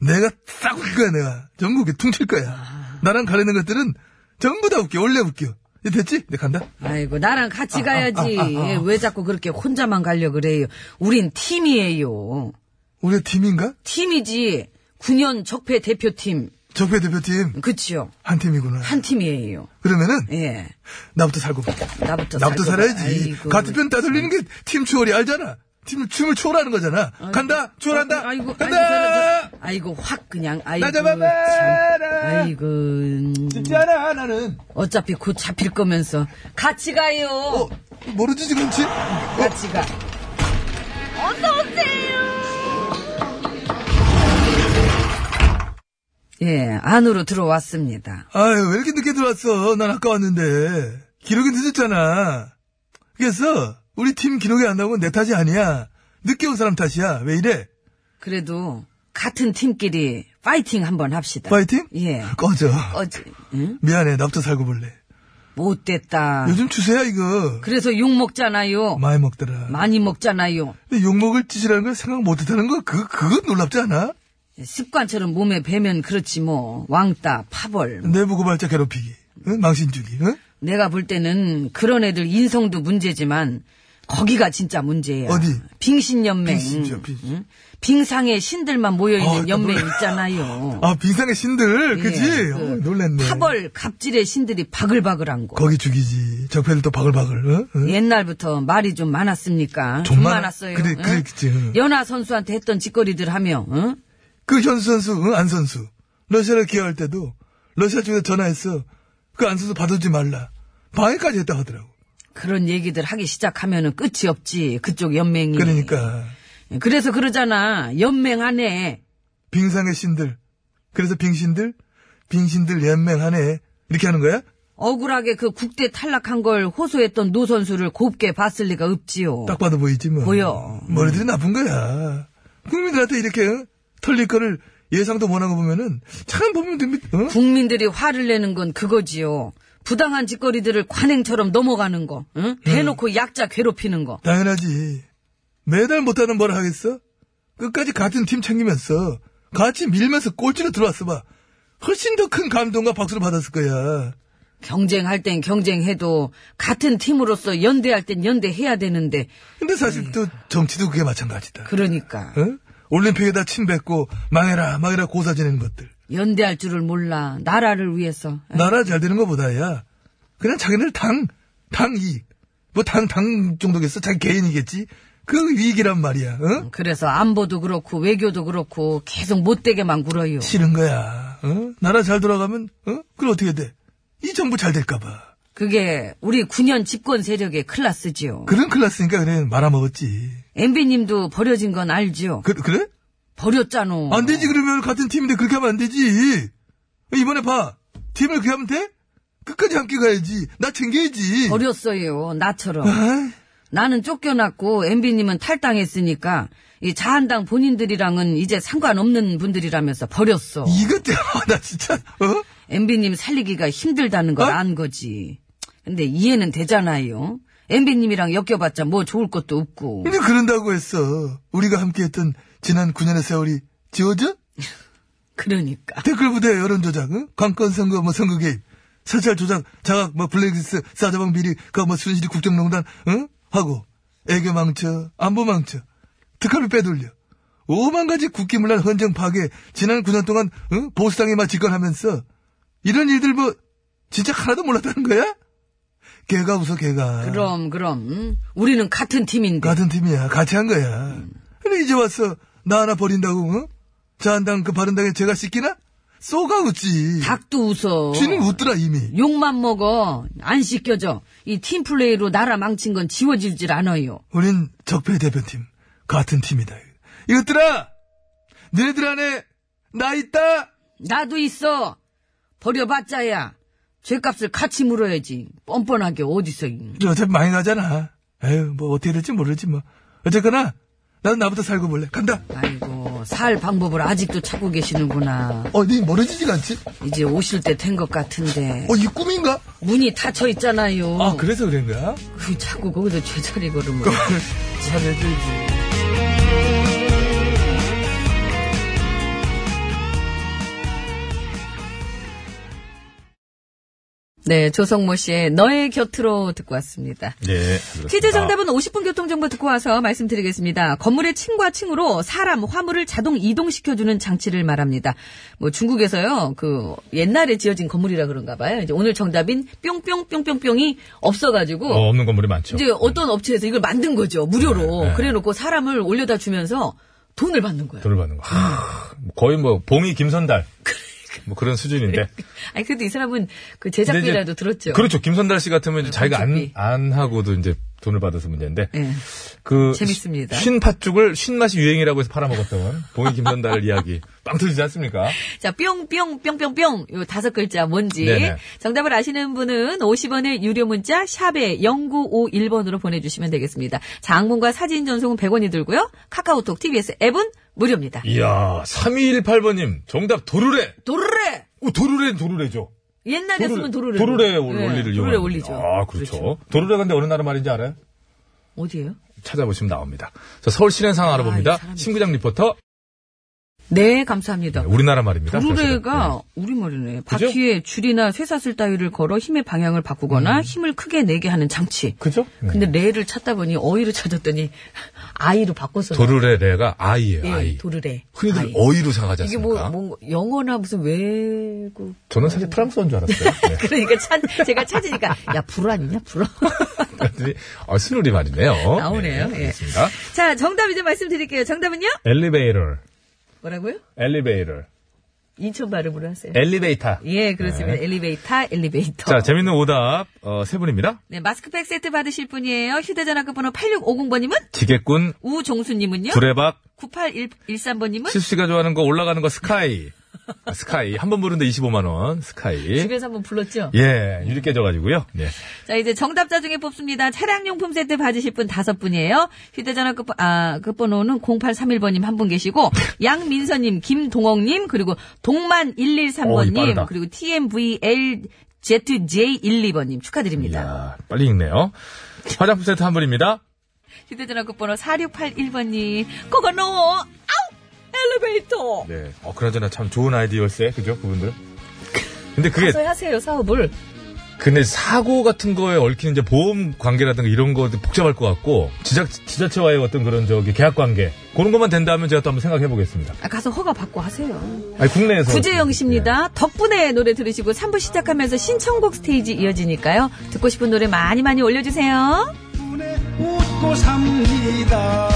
내가 싹 웃길 거야, 내가. 전부 웃겨. 퉁칠 거야. 나랑 가리는 것들은 전부 다 웃겨. 원래 웃겨. 이제 됐지? 내 간다. 아이고 나랑 같이 아, 가야지. 예, 왜 자꾸 그렇게 혼자만 가려 그래요. 우린 팀이에요. 우리 팀인가? 팀이지. 9년 적폐 대표팀. 적폐 대표팀. 그치요. 한 팀이구나. 한 팀이에요. 그러면은, 예. 나부터 살고. 나부터 나부터 살고 봐. 살아야지. 아이고. 같은 편 따돌리는 게 팀 추월이 알잖아. 팀 춤을 추월하는 거잖아. 간다. 추월한다. 아이고, 아이고, 간다. 잘한다. 아이고, 확 그냥, 아이고. 나 잡아봐라. 참. 아이고, 음, 쉽지 않아 나는. 어차피 곧 잡힐 거면서. 같이 가요. 어 모르지 지금 지. 같이 가. 예, 안으로 들어왔습니다. 아유 왜 이렇게 늦게 들어왔어? 난 아까 왔는데 기록이 늦었잖아. 그래서 우리 팀 기록이 안 나오면 내 탓이 아니야. 늦게 온 사람 탓이야. 왜 이래? 그래도, 같은 팀끼리 파이팅 한번 합시다. 파이팅? 예. 꺼져. 어제, 응? 미안해 나부터 살고 볼래. 못됐다. 요즘 추세야 이거. 그래서 욕 먹잖아요. 많이 먹더라. 많이 먹잖아요. 근데 욕먹을 짓이라는 걸 생각 못했다는 거 그, 그건 놀랍지 않아? 습관처럼 몸에 배면 그렇지 뭐. 왕따, 파벌. 내부 고발자 괴롭히기, 응? 망신 주기, 응? 내가 볼 때는 그런 애들 인성도 문제지만 거기가 진짜 문제야. 어디? 빙신연맹. 빙신이죠, 빙신. 빙상의 신들만 모여있는 아, 연맹 놀라- 있잖아요. 아, 빙상의 신들, 예, 그치? 그 어, 놀랬네. 파벌, 갑질의 신들이 바글바글한 거. 거기 죽이지. 적폐들 또 바글바글, 응? 응? 옛날부터 말이 좀 많았습니까? 좀 좀 많아- 많았어요. 그래, 그래, 그치, 응. 연하 선수한테 했던 짓거리들 하며, 응? 그 현수 선수, 응? 안 선수. 러시아를 기여할 때도, 러시아 쪽에서 전화했어. 그 안 선수 받아주지 말라. 방해까지 했다 하더라고. 그런 얘기들 하기 시작하면은 끝이 없지. 그쪽 연맹이. 그러니까, 그래서 그러잖아. 연맹 안에 빙상의 신들. 그래서 빙신들? 빙신들 연맹하네. 이렇게 하는 거야? 억울하게 그 국대 탈락한 걸 호소했던 노 선수를 곱게 봤을 리가 없지요. 딱 봐도 보이지 뭐. 보여. 머리들이 나쁜 거야. 국민들한테 이렇게 응? 털릴 거를 예상도 못한 거 보면은 참 보면 됩니다. 어? 응? 국민들이 화를 내는 건 그거지요. 부당한 짓거리들을 관행처럼 넘어가는 거, 응? 대놓고 약자 괴롭히는 거. 당연하지. 매달 못하는 뭘 하겠어? 끝까지 같은 팀 챙기면서 같이 밀면서 꼴찌로 들어왔어 봐. 훨씬 더 큰 감동과 박수를 받았을 거야. 경쟁할 땐 경쟁해도 같은 팀으로서 연대할 땐 연대해야 되는데 근데 사실 또 정치도 그게 마찬가지다. 그러니까 응? 올림픽에다 침 뱉고 망해라 망해라 고사 지내는 것들. 연대할 줄을 몰라 나라를 위해서 나라 잘 되는 것보다야 그냥 자기들 당, 당 이익. 뭐 당, 당 정도겠어? 자기 개인이겠지? 그 이익이란 말이야, 응? 그래서 안보도 그렇고 외교도 그렇고 계속 못되게만 굴어요. 싫은 거야, 응? 나라 잘 돌아가면, 응? 그럼 어떻게 돼? 이 정부 잘 될까봐. 그게 우리 9년 집권 세력의 클라스지요. 그런 클라스니까 그래, 말아먹었지. MB님도 버려진 건 알지요? 그, 그래? 버렸잖아. 안 되지, 그러면 같은 팀인데 그렇게 하면 안 되지. 이번에 봐. 팀을 그렇게 하면 돼? 끝까지 함께 가야지. 나 챙겨야지. 버렸어요. 나처럼. 아이, 나는 쫓겨났고 MB님은 탈당했으니까 이 자한당 본인들이랑은 이제 상관없는 분들이라면서 버렸어. 이것 때문에, 아, 나 진짜, 어? MB님 살리기가 힘들다는 걸 어? 안 거지. 근데 이해는 되잖아요. MB님이랑 엮여봤자 뭐 좋을 것도 없고. 근데 그런다고 했어. 우리가 함께했던 지난 9년의 세월이 지워져? 그러니까. 댓글 부대 여론 조작, 응? 관건 선거, 뭐 선거 개입, 사찰 조작, 자각, 뭐 블랙리스트, 사자방 비리, 그뭐 순실이 국정농단, 응? 하고 애교 망쳐, 안보 망쳐, 특활비 빼돌려. 오만 가지 국기문란 헌정 파괴, 지난 9년 동안 응? 보수당에 막 직관하면서 이런 일들 뭐 진짜 하나도 몰랐다는 거야? 걔가 웃어 걔가. 그럼 그럼 음? 우리는 같은 팀인데 같은 팀이야. 같이 한 거야. 근데 이제 와서 나 하나 버린다고, 응? 자한당 그 바른당에 제가 씻기나? 쏘가 웃지. 닭도 웃어. 쥐는 웃더라, 이미. 욕만 먹어 안 씻겨져. 이 팀 플레이로 나라 망친 건 지워질질 않아요. 우린 적폐 대표팀. 같은 팀이다. 이것들아! 너희들 안에 나 있다. 나도 있어. 버려봤자야. 죄값을 같이 물어야지. 뻔뻔하게 어디서. 이. 근데 어차피 많이 나잖아. 에휴, 뭐 어떻게 될지 모르지 뭐. 어쨌거나 나는 나부터 살고 볼래. 간다. 아이고 살 방법을 아직도 찾고 계시는구나. 어, 네 멀어지지가 않지? 이제 오실 때 된 것 같은데. 어, 이 꿈인가? 문이 닫혀 있잖아요. 어. 아, 그래서 그- 그런가? 그 자꾸 거기서 죄자리 걸으면. 잘해주지. 네, 조성모 씨의 너의 곁으로 듣고 왔습니다. 예. 퀴즈 정답은 50분 교통정보 듣고 와서 말씀드리겠습니다. 건물의 층과 층으로 사람, 화물을 자동 이동시켜주는 장치를 말합니다. 뭐 중국에서요, 그 옛날에 지어진 건물이라 그런가 봐요. 이제 오늘 정답인 뿅뿅뿅뿅뿅이 없어가지고. 어, 없는 건물이 많죠. 뭐? 이제 어떤 업체에서 이걸 만든 거죠. 무료로. 네, 네. 그래놓고 사람을 올려다 주면서 돈을 받는 거예요. 돈을 받는 거. 거의 뭐 봉이 김선달. 그러니까. 뭐 그런 수준인데. 아니, 그래도 이 사람은 그 근데 이제- 제작비라도 들었죠. 네, 그렇죠. 김선달 씨 같으면 이제 자기가 안, 건축비. 안 하고도 이제 돈을 받아서 문제인데. 예. 그 재밌습니다. 쉰 팥죽을 쉰 맛이 유행이라고 해서 팔아먹었던 봉이 김선달 이야기. 빵 터지지 않습니까? 자, 뿅뿅, 뿅뿅뿅. 요 다섯 글자 뭔지. 네네. 정답을 아시는 분은 50원의 유료 문자 샵에 0951번으로 보내주시면 되겠습니다. 장문과 사진 전송은 100원이 들고요. 카카오톡, TBS 앱은 무료입니다. 예. 이야, 3218번님, 정답 도르래! 도르래! 어, 도르래는 도르래죠. 옛날이었으면 도르래. 도르래 네, 원리를 이용하는 도르래 거죠. 원리죠. 아, 그렇죠. 도르래가 근데 어느 나라 말인지 알아요? 어디예요? 찾아보시면 나옵니다. 자, 서울 시내 상황 이 알아봅니다. 사람이 신구장 리포터. 네, 감사합니다. 네, 우리나라 말입니다. 도르래가 우리말이네. 그죠? 바퀴에 줄이나 쇠사슬 따위를 걸어 힘의 방향을 음. 바꾸거나 힘을 크게 내게 하는 장치. 그죠? 네. 근데 레를 찾다 보니 어이로 찾았더니 아이로 바꿔서 도르래 레가 아이예요, 예, 아이. 도르래. 흔히들 아이. 어이로 생각하지 이게 않습니까? 뭐, 뭐 영어나 무슨 외국 저는 사실 프랑스어인 줄 알았어요. 네. 그러니까 찾 제가 찾으니까 야 불어 아니냐 불어. 그랬더니, 어, 스누리 말이네요. 나오네요, 예. 알겠습니다. 자 정답 이제 말씀드릴게요. 정답은요? 엘리베이터. 뭐라고요? 엘리베이터. 인천 발음으로 하세요. 엘리베이터. 예 그렇습니다. 엘리베이터 네. 엘리베이터. 자, 재밌는 오답, 어, 세 분입니다. 네 마스크팩 세트 받으실 분이에요. 휴대전화 끝번호 8650번님은 지게꾼, 우종수님은요. 두레박, 98113번님은 실수씨가 좋아하는 거 올라가는 거 스카이. 아, 스카이. 한 번 부르는데 25만원. 스카이. 집에서 한번 불렀죠. 예, 유리 깨져가지고요. 네. 자, 이제 정답자 중에 뽑습니다. 차량용품 세트 받으실 분 다섯 분이에요. 휴대전화 끝, 아, 끝번호는 0831번님 한 분 계시고, 양민서님, 김동옥님, 그리고 어, 이거 빠르다. 동만113번님, 그리고 TMVLZJ12번님 축하드립니다. 이야, 빨리 읽네요. 화장품 세트 한 분입니다. 휴대전화 끝번호 4681번님, 그거 넣어! 아우! 엘리베이터! 네. 어, 그나저나 참 좋은 아이디어일세. 그죠? 그분들. 근데 그게, 가서 하세요, 사업을. 근데 사고 같은 거에 얽힌 이제 보험 관계라든가 이런 거 복잡할 것 같고, 지자, 지자체와의 어떤 그런 저기 계약 관계. 그런 것만 된다면 제가 또 한번 생각해 보겠습니다. 아, 가서 허가 받고 하세요. 아니, 국내에서. 구재영 네. 씨입니다. 덕분에 노래 들으시고 3부 시작하면서 신청곡 스테이지 이어지니까요. 듣고 싶은 노래 많이 많이 올려주세요. 웃고 삽니다.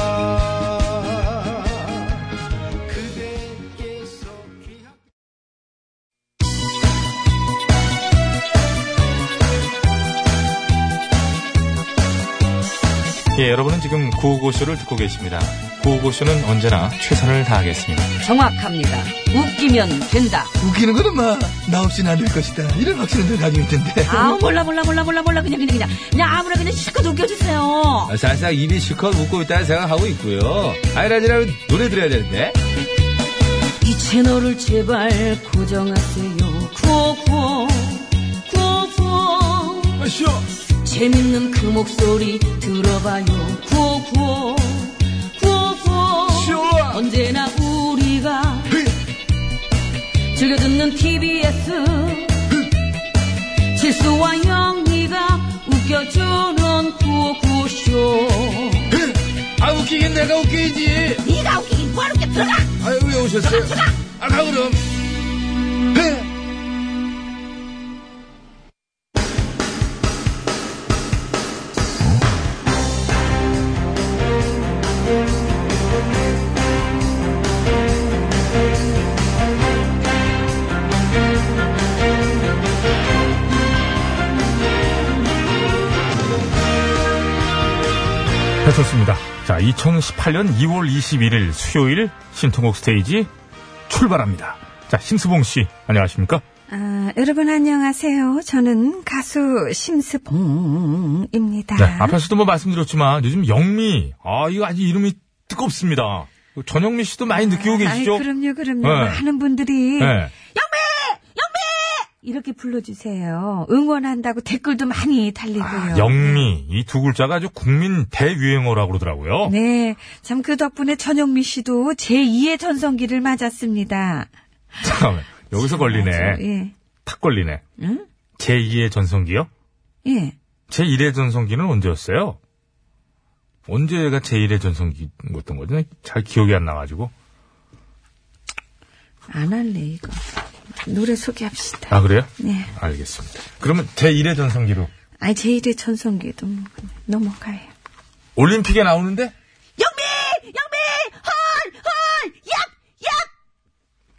예, 여러분은 지금 구호고쇼를 듣고 계십니다. 구호고쇼는 언제나 최선을 다하겠습니다. 정확합니다. 웃기면 된다. 웃기는 거는 막나 없이는 안 될 것이다. 이런 확신을 늘 가지고 있던데. 아 몰라 몰라 몰라 몰라 몰라 그냥 그냥 그냥 그냥 아무나 그냥 실컷 웃겨주세요. 아, 살짝 입이 실컷 웃고 있다는 생각하고 있고요. 아이라지라면 노래 들어야 되는데. 이 채널을 제발 고정하세요. 구호구호 구호구호 아시오. 재밌는 그 목소리 들어봐요. 구호구호 구호구호 언제나 우리가 네. 즐겨 듣는 TBS 네. 실수와 영리가 웃겨주는 구호구쇼 아 웃기긴 내가 웃기지. 네가 웃기긴 바로 웃겨 들어가 아유 왜 오셨어요? 아 그럼. 네, 좋습니다. 자, 2018년 2월 21일 수요일 신통곡 스테이지 출발합니다. 자, 심수봉 씨, 안녕하십니까? 아, 여러분 안녕하세요. 저는 가수 심스봉입니다. 네, 앞에서도 뭐 말씀드렸지만 요즘 영미, 아, 이거 아주 이름이 뜨겁습니다. 전영미 씨도 많이 느끼고 계시죠? 아이, 그럼요, 그럼요. 네. 많은 분들이 네. 이렇게 불러주세요. 응원한다고 댓글도 많이 달리고요. 아, 영미, 이 두 글자가 아주 국민 대유행어라고 그러더라고요. 네, 참 그 덕분에 전영미 씨도 제2의 전성기를 맞았습니다. 잠깐만, 여기서 걸리네. 맞아요. 예, 탁 걸리네. 응? 제2의 전성기요? 예. 제1의 전성기는 언제였어요? 언제가 제1의 전성기였던 거지? 잘 기억이 안 나가지고. 안 할래 이거. 노래 소개합시다. 아, 그래요? 네. 알겠습니다. 그러면 제1의 전성기로. 아니 제1의 전성기도 뭐 그냥 넘어가요. 올림픽에 나오는데? 영미! 영미! 헐! 헐!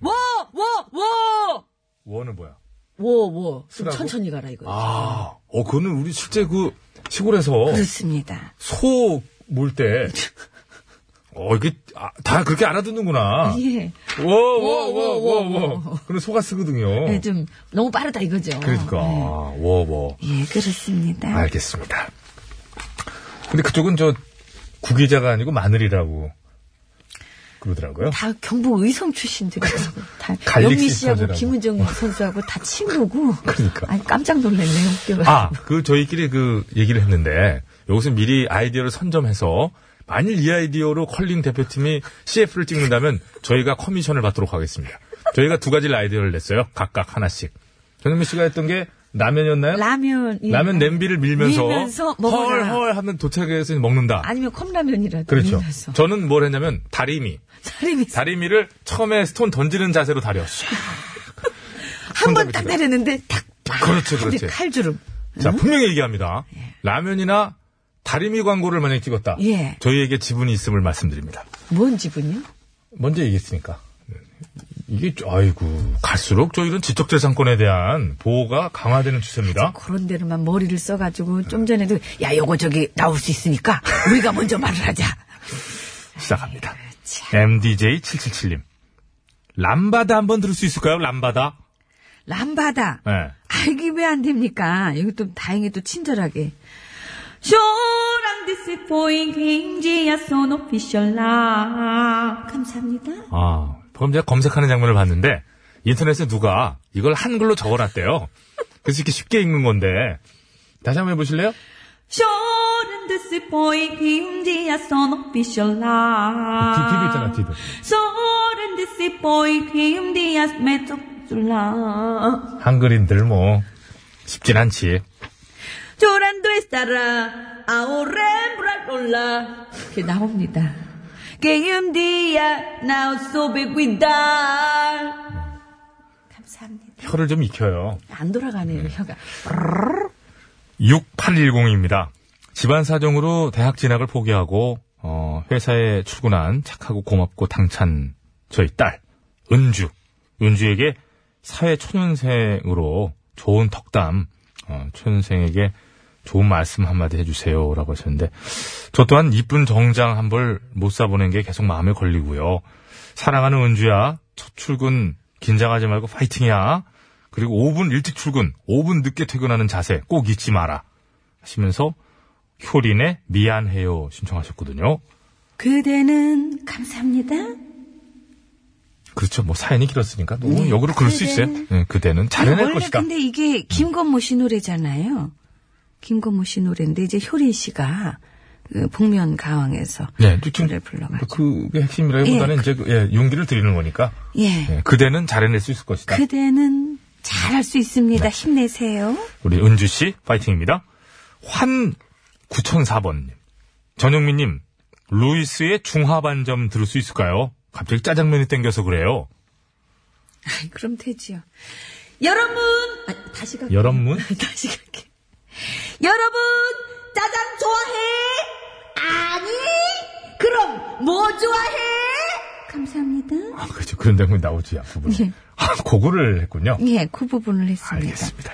얍! 얍! 워! 워! 워! 원은 뭐야? 워, 워. 좀 천천히 가라, 이거. 아, 어, 그거는 우리 실제 그 시골에서 그렇습니다. 소 몰 때. 어, 이게, 아, 다 그렇게 알아듣는구나. 예. 워, 워, 워, 워, 워. 그럼 소가 쓰거든요. 네, 좀, 너무 빠르다, 이거죠. 어. 그러니까, 네. 아, 워, 워. 예, 그렇습니다. 알겠습니다. 근데 그쪽은 저 구기자가 아니고 마늘이라고 그러더라고요. 다 경북 의성 출신들이라서. 다, 갈릭 영미 시스터즈라고. 씨하고 김은정 선수하고 다 친구고. 그러니까. 아니, 깜짝 놀랐네요. 웃겨가지고. 아, 그 저희끼리 그 얘기를 했는데 여기서 미리 아이디어를 선점해서 만일 이 아이디어로 컬링 대표팀이 CF를 찍는다면 저희가 커미션을 받도록 하겠습니다. 저희가 두 가지 아이디어를 냈어요. 각각 하나씩. 전현미 씨가 했던 게 라면이었나요? 라면. 예. 라면 냄비를 밀면서, 밀면서 먹어라. 헐헐 하면 도착해서 먹는다. 아니면 컵라면이라도. 그렇죠. 밀면서. 저는 뭘 했냐면 다리미. 사람이 다리미를 처음에 스톤 던지는 자세로 다려. 한 번 딱 내렸는데 탁. 그렇죠, 그렇죠. 칼주름. 자, 분명히 얘기합니다. 라면이나 다리미 광고를 만약에 찍었다. 예. 저희에게 지분이 있음을 말씀드립니다. 뭔 지분요? 먼저 얘기했으니까. 이게, 아이고, 갈수록 저 이런 지적재산권에 대한 보호가 강화되는 추세입니다. 그런 데로만 머리를 써가지고 좀 전에도 야 요거 저기 나올 수 있으니까 우리가 먼저 말을 하자. 시작합니다. MDJ777님. 람바다 한번 들을 수 있을까요? 람바다? 람바다. 예. 알기 왜 안 됩니까? 여기 또 다행히 또 친절하게. 쇼랑 디스 포인 행지야 손 오피셜 라 감사합니다. 아, 방금 제가 검색하는 장면을 봤는데 인터넷에 누가 이걸 한글로 적어놨대요. 그래서 이렇게 쉽게 읽는 건데 다시 한번 해보실래요? 그 쇼랑 디스 포인 행지야 손 오피셜 라 디- 디도 있잖아, 디도. 쇼랑 디스 포인 행지야 메쪽 줄라 한글인들 뭐 쉽진 않지. 조란도 에스타라 아오렘브라 롤라 이렇게 나옵니다 게임디야 나우소베귀다 감사합니다 혀를 좀 익혀요. 안 돌아가네요 혀가 6810입니다. 집안 사정으로 대학 진학을 포기하고 어, 회사에 출근한 착하고 고맙고 당찬 저희 딸 은주 은주에게 사회 초년생으로 좋은 덕담 어, 초년생에게 좋은 말씀 한마디 해주세요라고 하셨는데 저 또한 이쁜 정장 한 벌 못 사보낸 게 계속 마음에 걸리고요. 사랑하는 은주야 첫 출근 긴장하지 말고 파이팅이야. 그리고 5분 일찍 출근, 5분 늦게 퇴근하는 자세 꼭 잊지 마라. 하시면서 효린의 미안해요 신청하셨거든요. 그대는 감사합니다 그렇죠. 뭐 사연이 길었으니까 너무 역으로 그럴 수 있어요. 네, 그대는 잘해낼 네. 원래 것이다. 근데 이게 김건모 씨 노래잖아요 김건모 씨 노래인데 이제 효린 씨가 그 복면 가왕에서 네, 지금 노래 불러가지고 그게 핵심이라기보다는 이제 그, 예, 용기를 드리는 거니까 예 예, 그대는 잘해낼 수 있을 것이다. 그대는 잘할 수 네. 있습니다 힘내세요 우리 은주 씨 파이팅입니다. 환 9004번님. 전영민님, 루이스의 중하반점 들을 수 있을까요? 갑자기 짜장면이 땡겨서 그래요. 아이, 그럼 되지요. 여러분, 아, 다시 갈게. 여러분? 다시 갈게. 여러분, 짜장 좋아해? 아니? 그럼 뭐 좋아해? 감사합니다. 아, 그렇죠. 그런 장면이 나오지, 앞부분에. 예. 아, 그거를 했군요. 예, 그 부분을 했습니다. 알겠습니다.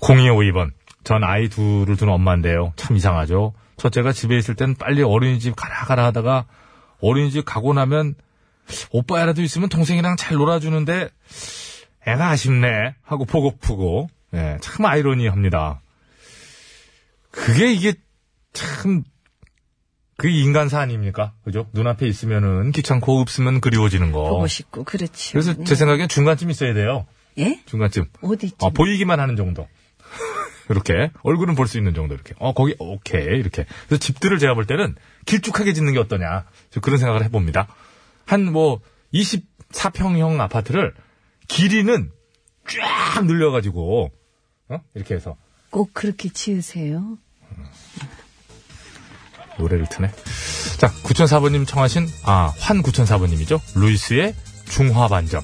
0252번. 전 아이 둘을 둔 엄마인데요. 참 이상하죠. 첫째가 집에 있을 땐 빨리 어린이집 가라 가라 하다가 어린이집 가고 나면 오빠라도 있으면 동생이랑 잘 놀아주는데 애가 아쉽네 하고 보고프고 예, 참 아이러니합니다. 그게 이게 참 그게 인간사 아닙니까? 그죠? 눈앞에 있으면은 귀찮고 없으면 그리워지는 거. 보고 싶고 그렇죠. 그래서 제 생각엔 중간쯤 있어야 돼요. 예? 중간쯤. 어디 있죠? 아, 보이기만 하는 정도. 이렇게 얼굴은 볼 수 있는 정도 이렇게 어 거기 오케이 이렇게 그래서 집들을 제가 볼 때는 길쭉하게 짓는 게 어떠냐 저 그런 생각을 해봅니다 한 뭐 24평형 아파트를 길이는 쫙 늘려가지고 어 이렇게 해서 꼭 그렇게 지으세요. 노래를 트네 자 9004번님 청하신 아환 9004번님이죠 루이스의 중화반점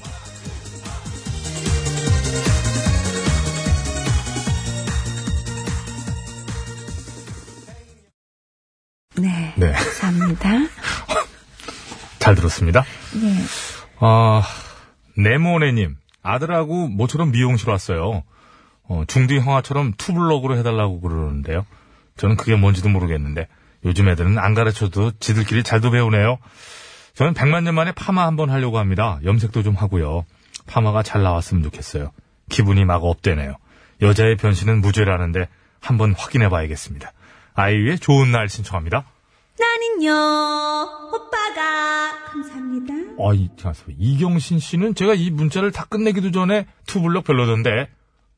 네. 네 감사합니다. 잘 들었습니다. 아, 네모네님. 아들하고 모처럼 미용실 왔어요. 어, 중딩 형아처럼 투블럭으로 해달라고 그러는데요. 저는 그게 뭔지도 모르겠는데. 요즘 애들은 안 가르쳐도 지들끼리 잘도 배우네요. 저는 100만 년 만에 파마 한번 하려고 합니다. 염색도 좀 하고요. 파마가 잘 나왔으면 좋겠어요. 기분이 막 업되네요. 여자의 변신은 무죄라는데 한번 확인해 봐야겠습니다. 아이유의 좋은 날 신청합니다. 나는요, 오빠가. 감사합니다. 아, 이, 가수. 이경신 씨는 제가 이 문자를 다 끝내기도 전에 투블럭 별로던데.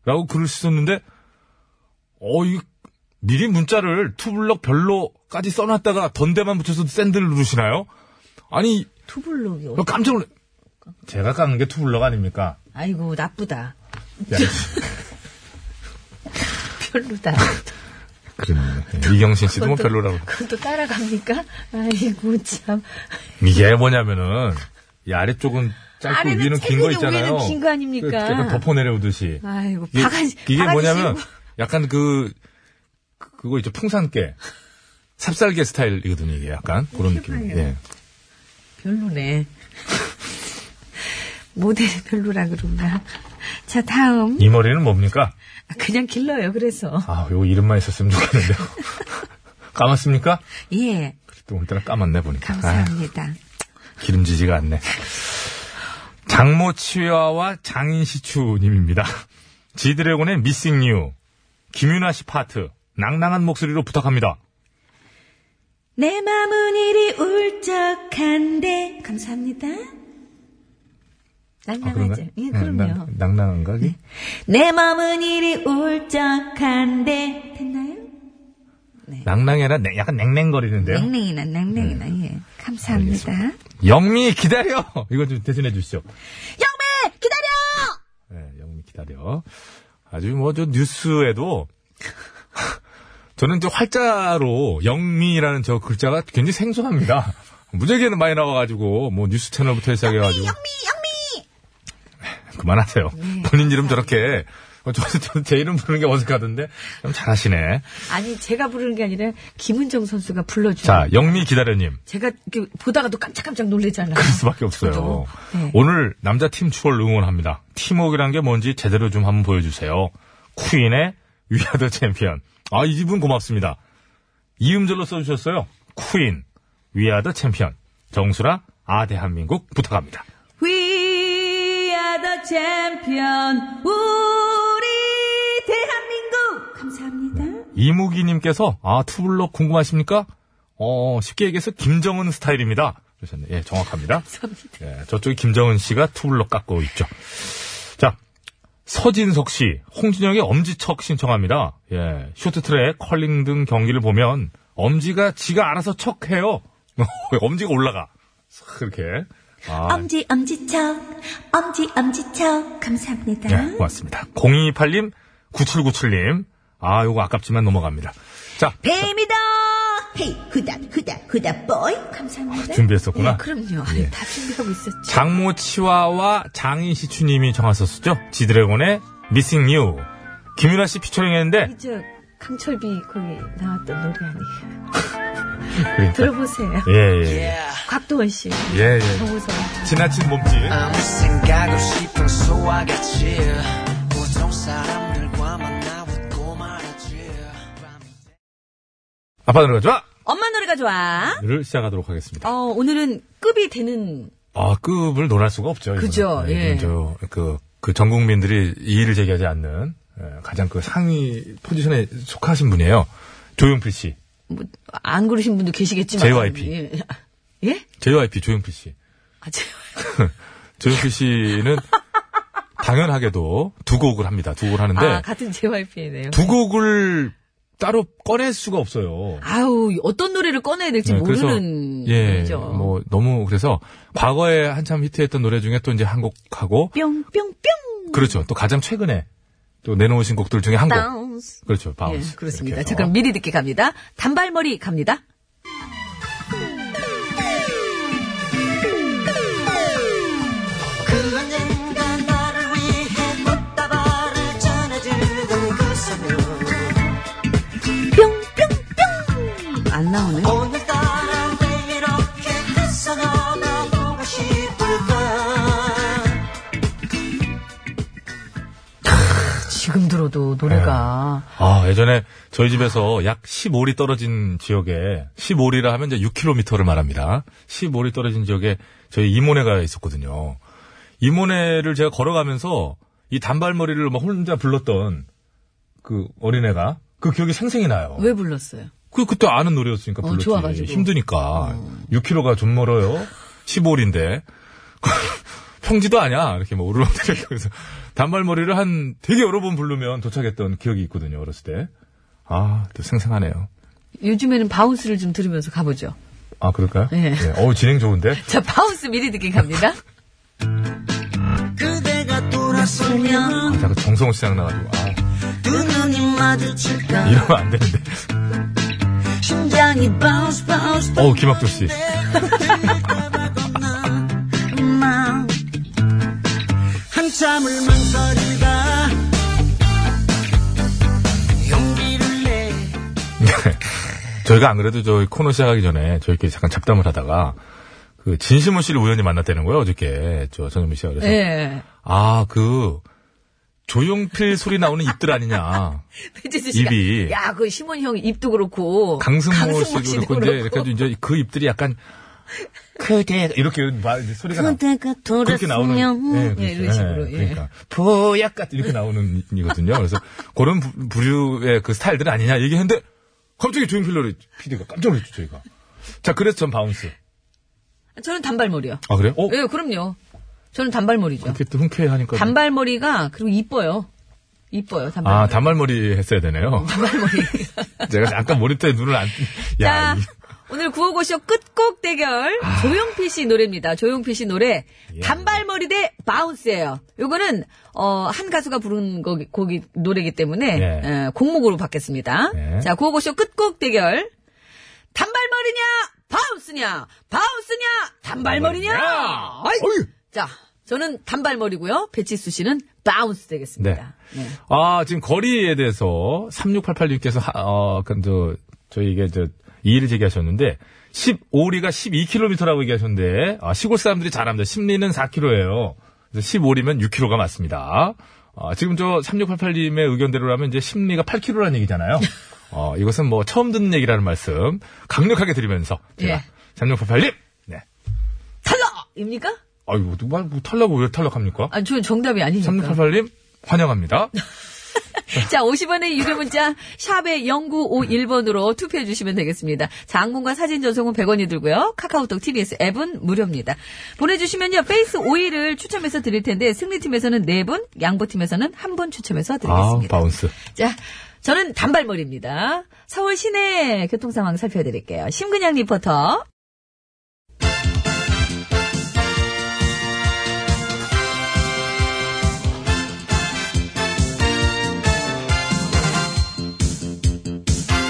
라고 글을 쓰셨는데, 어, 이, 미리 문자를 투블럭 별로까지 써놨다가 던데만 붙여서 샌들을 누르시나요? 아니, 투블록이 어- 나 깜짝 놀래. 제가 깎는 게 투블럭 아닙니까? 아이고 나쁘다. 야, 별로다. 그러네. 이경신 씨도 뭐 별로라고. 그건 또 따라갑니까? 아이고 참. 이게 뭐냐면은, 이 아래쪽은 짧고 아래는 위는 긴 거 책이고 위에는 있잖아요. 긴 거 아닙니까? 그 약간 덮어내려오듯이. 아이고 이게, 바가지. 이게 바가지 뭐냐면 씌우고. 약간 그 그- 그거 있죠 풍산깨 삽살개 스타일이거든요 이게 약간 그런 느낌. 예. 별로네. 모델이 별로라 그런가. 자 다음 아, 이 머리는 뭡니까? 그냥 길러요. 그래서 아, 요 이름만 있었으면 좋겠는데요. 까맣습니까? 예 또 오늘따라 까맣네 보니까. 아휴. 감사합니다. 기름지지가 않네. 장모 치와와 장인시추님입니다. 지드래곤의 미싱 뉴. 김윤아 씨 파트. 낭낭한 목소리로 부탁합니다. 내 마음은 이리 울적한데. 감사합니다. 낭낭하죠. 예 아, 네, 그럼요. 네, 낭- 낭낭한가? 그게? 내 마음은 이리 울적한데. 됐나요? 네. 네. 낭낭해라 냉- 약간 냉랭거리는데요. 냉랭이나 냉랭이나 네. 예 감사합니다. 영미 기다려. 이거 좀 대신해 주시죠. 영배! 기다려! 네, 영미 기다려. 아주 뭐 저 뉴스에도 저는 저 활자로 영미라는 저 글자가 굉장히 생소합니다. 무지개는 많이 나와가지고 뭐 뉴스 채널부터 시작해가지고 그만하세요. 본인 이름 저렇게 어, 저, 저, 제 이름 부르는 게 어색하던데 좀 잘하시네. 아니 제가 부르는 게 아니라 김은정 선수가 불러주는. 자 영미 기다려님 제가 이렇게 보다가도 깜짝깜짝 놀래잖아요. 그럴 수밖에 없어요. 저도, 네. 오늘 남자 팀 추월 응원합니다. 팀워크란 게 뭔지 제대로 좀 한번 보여주세요. 퀸의 위아더 챔피언. 아, 이 집은 고맙습니다. 이음절로 써주셨어요. 퀸, 위아더 챔피언. 정수라, 아, 대한민국 부탁합니다. We are the champion. 우리 대한민국. 감사합니다. 이무기님께서, 아, 투블럭 궁금하십니까? 어, 쉽게 얘기해서 김정은 스타일입니다. 그러셨네. 예, 정확합니다. 예, 저쪽에 김정은 씨가 투블럭 깎고 있죠. 자, 서진석 씨, 홍진영의 엄지척 신청합니다. 예, 쇼트트랙, 컬링 등 경기를 보면 엄지가 지가 알아서 척해요. 엄지가 올라가. 그렇게. 아, 엄지 엄지척. 엄지 엄지척. 감사합니다. 예, 고맙습니다. 0228님, 9797님. 아, 요거 아깝지만 넘어갑니다. 자, 뱀이다. 헤이 후다 후다 후다 보이. 감사합니다. 아, 네, 준비했었구나. 예, 그럼요. 아니, 다 준비하고 있었죠. 장모 치와와 장인 시추님이 정하셨었죠. 지드래곤의 미싱 뉴. 김윤아 씨 피처링했는데 이제 강철비 거기 나왔던 노래 아니에요. 그러니까. 들어보세요. 예, 예. 곽도원 씨, 예, 예. 정우성. 지나친 몸짓. 아무 생각 없이 평소와 같이 보통 사람들과만 나 웃고 말았지 아빠 노래가 좋아! 엄마 노래가 좋아. 를 시작하도록 하겠습니다. 어, 오늘은 급이 되는 아, 급을 논할 수가 없죠. 이거는. 그죠, 네, 이건 예. 저, 그, 그전 국민들이 이의를 제기하지 않는 예, 가장 그 상위 포지션에 속하신 분이에요. 조용필 씨. 뭐, 안 그러신 분도 계시겠지만. JYP. 예. 예? JYP 조용필 씨. 아, 제 조용필 씨는 당연하게도 두 곡을 합니다. 두 곡을 하는데 아, 같은 JYP네요. 두 곡을 따로 꺼낼 수가 없어요. 아우, 어떤 노래를 꺼내야 될지 네, 그래서, 모르는 예, 거죠. 뭐 너무 그래서 과거에 한참 히트했던 노래 중에 또 이제 한 곡하고 뿅뿅뿅. 그렇죠. 또 가장 최근에 또 내놓으신 곡들 중에 한 곡. 다운스. 그렇죠. 예, 바운스. 그렇습니다. 이렇게 자, 해서. 그럼 미리 듣기 갑니다. 단발머리 갑니다. 그 언젠가 나를 위해 꽃다발을 전해주던 그 소녀 안 나오네. 오늘따라 왜 이렇게 햇살하나 보고 싶을까 지금 들어도 노래가. 아, 예전에 저희 집에서 약 15리 떨어진 지역에 15리라 하면 이제 6km를 말합니다. 15리 떨어진 지역에 저희 이모네가 있었거든요. 이모네를 제가 걸어가면서 이 단발머리를 막 혼자 불렀던 그 어린애가 그 기억이 생생히 나요. 왜 불렀어요? 그 그때 아는 노래였으니까 어, 불렀지. 좋아가지고. 어. 힘드니까 6km가 좀 멀어요. 15리인데 평지도 아니야. 이렇게 뭐 오르락내리락 하면서 단발머리를 한 되게 여러 번 부르면 도착했던 기억이 있거든요. 어렸을 때. 아, 또 생생하네요. 요즘에는 바운스를 좀 들으면서 가보죠. 아, 그럴까요? 예. 어우, 진행 좋은데? 자, 바운스 미리 듣기 갑니다. 그대가 돌아서면 아, 자꾸 정성호 씨 생각나가지고. 아, 두 눈이 마주칠까 이러면 안 되는데. 심장이 바운스 바운스 어우, 김학도 씨. 한참을 망설이다 용기를 내 저희가 안 그래도 저희 코너 시작하기 전에 저희끼리 잠깐 잡담을 하다가 그 진심원 씨를 우연히 만났다는 거예요. 어저께. 저 전현미 씨가 그래서. 예. 아, 그, 조용필 소리 나오는 입들 아니냐. 배지수 씨가. 입이. 야, 그 시몬 형 입도 그렇고. 강승모 씨도 씨도 그렇고, 이제, 이렇게 해서 이제 그 입들이 약간, 그대, 이렇게 말, 이제 소리가 나 그대가 그렇게 나오는. 예, 예, 그렇죠. 이런 식으로. 예, 예. 그러니까. 보약 같은 이렇게 나오는 이거든요. 그래서 그런 부- 부류의 그 스타일들 아니냐 얘기했는데, 갑자기 조용필 노래 PD가 깜짝 놀랐죠, 저희가. 자, 그래서 전 바운스. 저는 단발머리요. 아, 그래요? 어? 예, 그럼요. 저는 단발머리죠. 이렇게 또 흔쾌히 하니까. 단발머리가 그리고 이뻐요. 이뻐요. 단발머리. 아, 단발머리 했어야 되네요. 단발머리. 제가 아까 모니터에 눈을 안, 야, 자, 이- 아. 오늘 구호고쇼 끝곡 대결 조용필 씨 노래입니다. 조용필 씨 노래 예. 단발머리 대 바운스예요. 요거는 어, 한 가수가 부른 거, 곡이 노래이기 때문에 예. 어, 공목으로 받겠습니다. 예. 자, 구호고쇼 끝곡 대결 단발머리냐 바운스냐 바운스냐 단발머리냐. 단발머리냐? 어이. 어이. 자, 저는 단발머리고요. 배치수 씨는 바운스 되겠습니다. 네. 아, 지금 거리에 대해서 3688님께서 하, 어, 그, 저, 저희 이게 저 이의를 제기하셨는데 15리가 12km라고 얘기하셨는데 아, 시골 사람들이 잘합니다. 10리는 4km예요. 15리면 6km가 맞습니다. 아, 지금 저 3688님의 의견대로라면 이제 10리가 8km라는 얘기잖아요. 어, 이것은 뭐 처음 듣는 얘기라는 말씀 강력하게 드리면서 제가 예. 3688님 네. 탈락입니까? 아이고, 누가 뭐 탈락을 왜 탈락합니까? 아, 저 정답이 아니니까. 3688님 환영합니다. 자, 50원의 유료 문자 샵에 0951번으로 투표해 주시면 되겠습니다. 장문과 사진 전송은 100원이 들고요. 카카오톡 TBS 앱은 무료입니다. 보내 주시면요. 페이스 오일을 추첨해서 드릴 텐데 승리팀에서는 4분, 양보팀에서는 1분 추첨해서 아, 드리겠습니다. 바운스. 자, 저는 단발머리입니다. 서울 시내 교통 상황 살펴드릴게요. 심근양 리포터.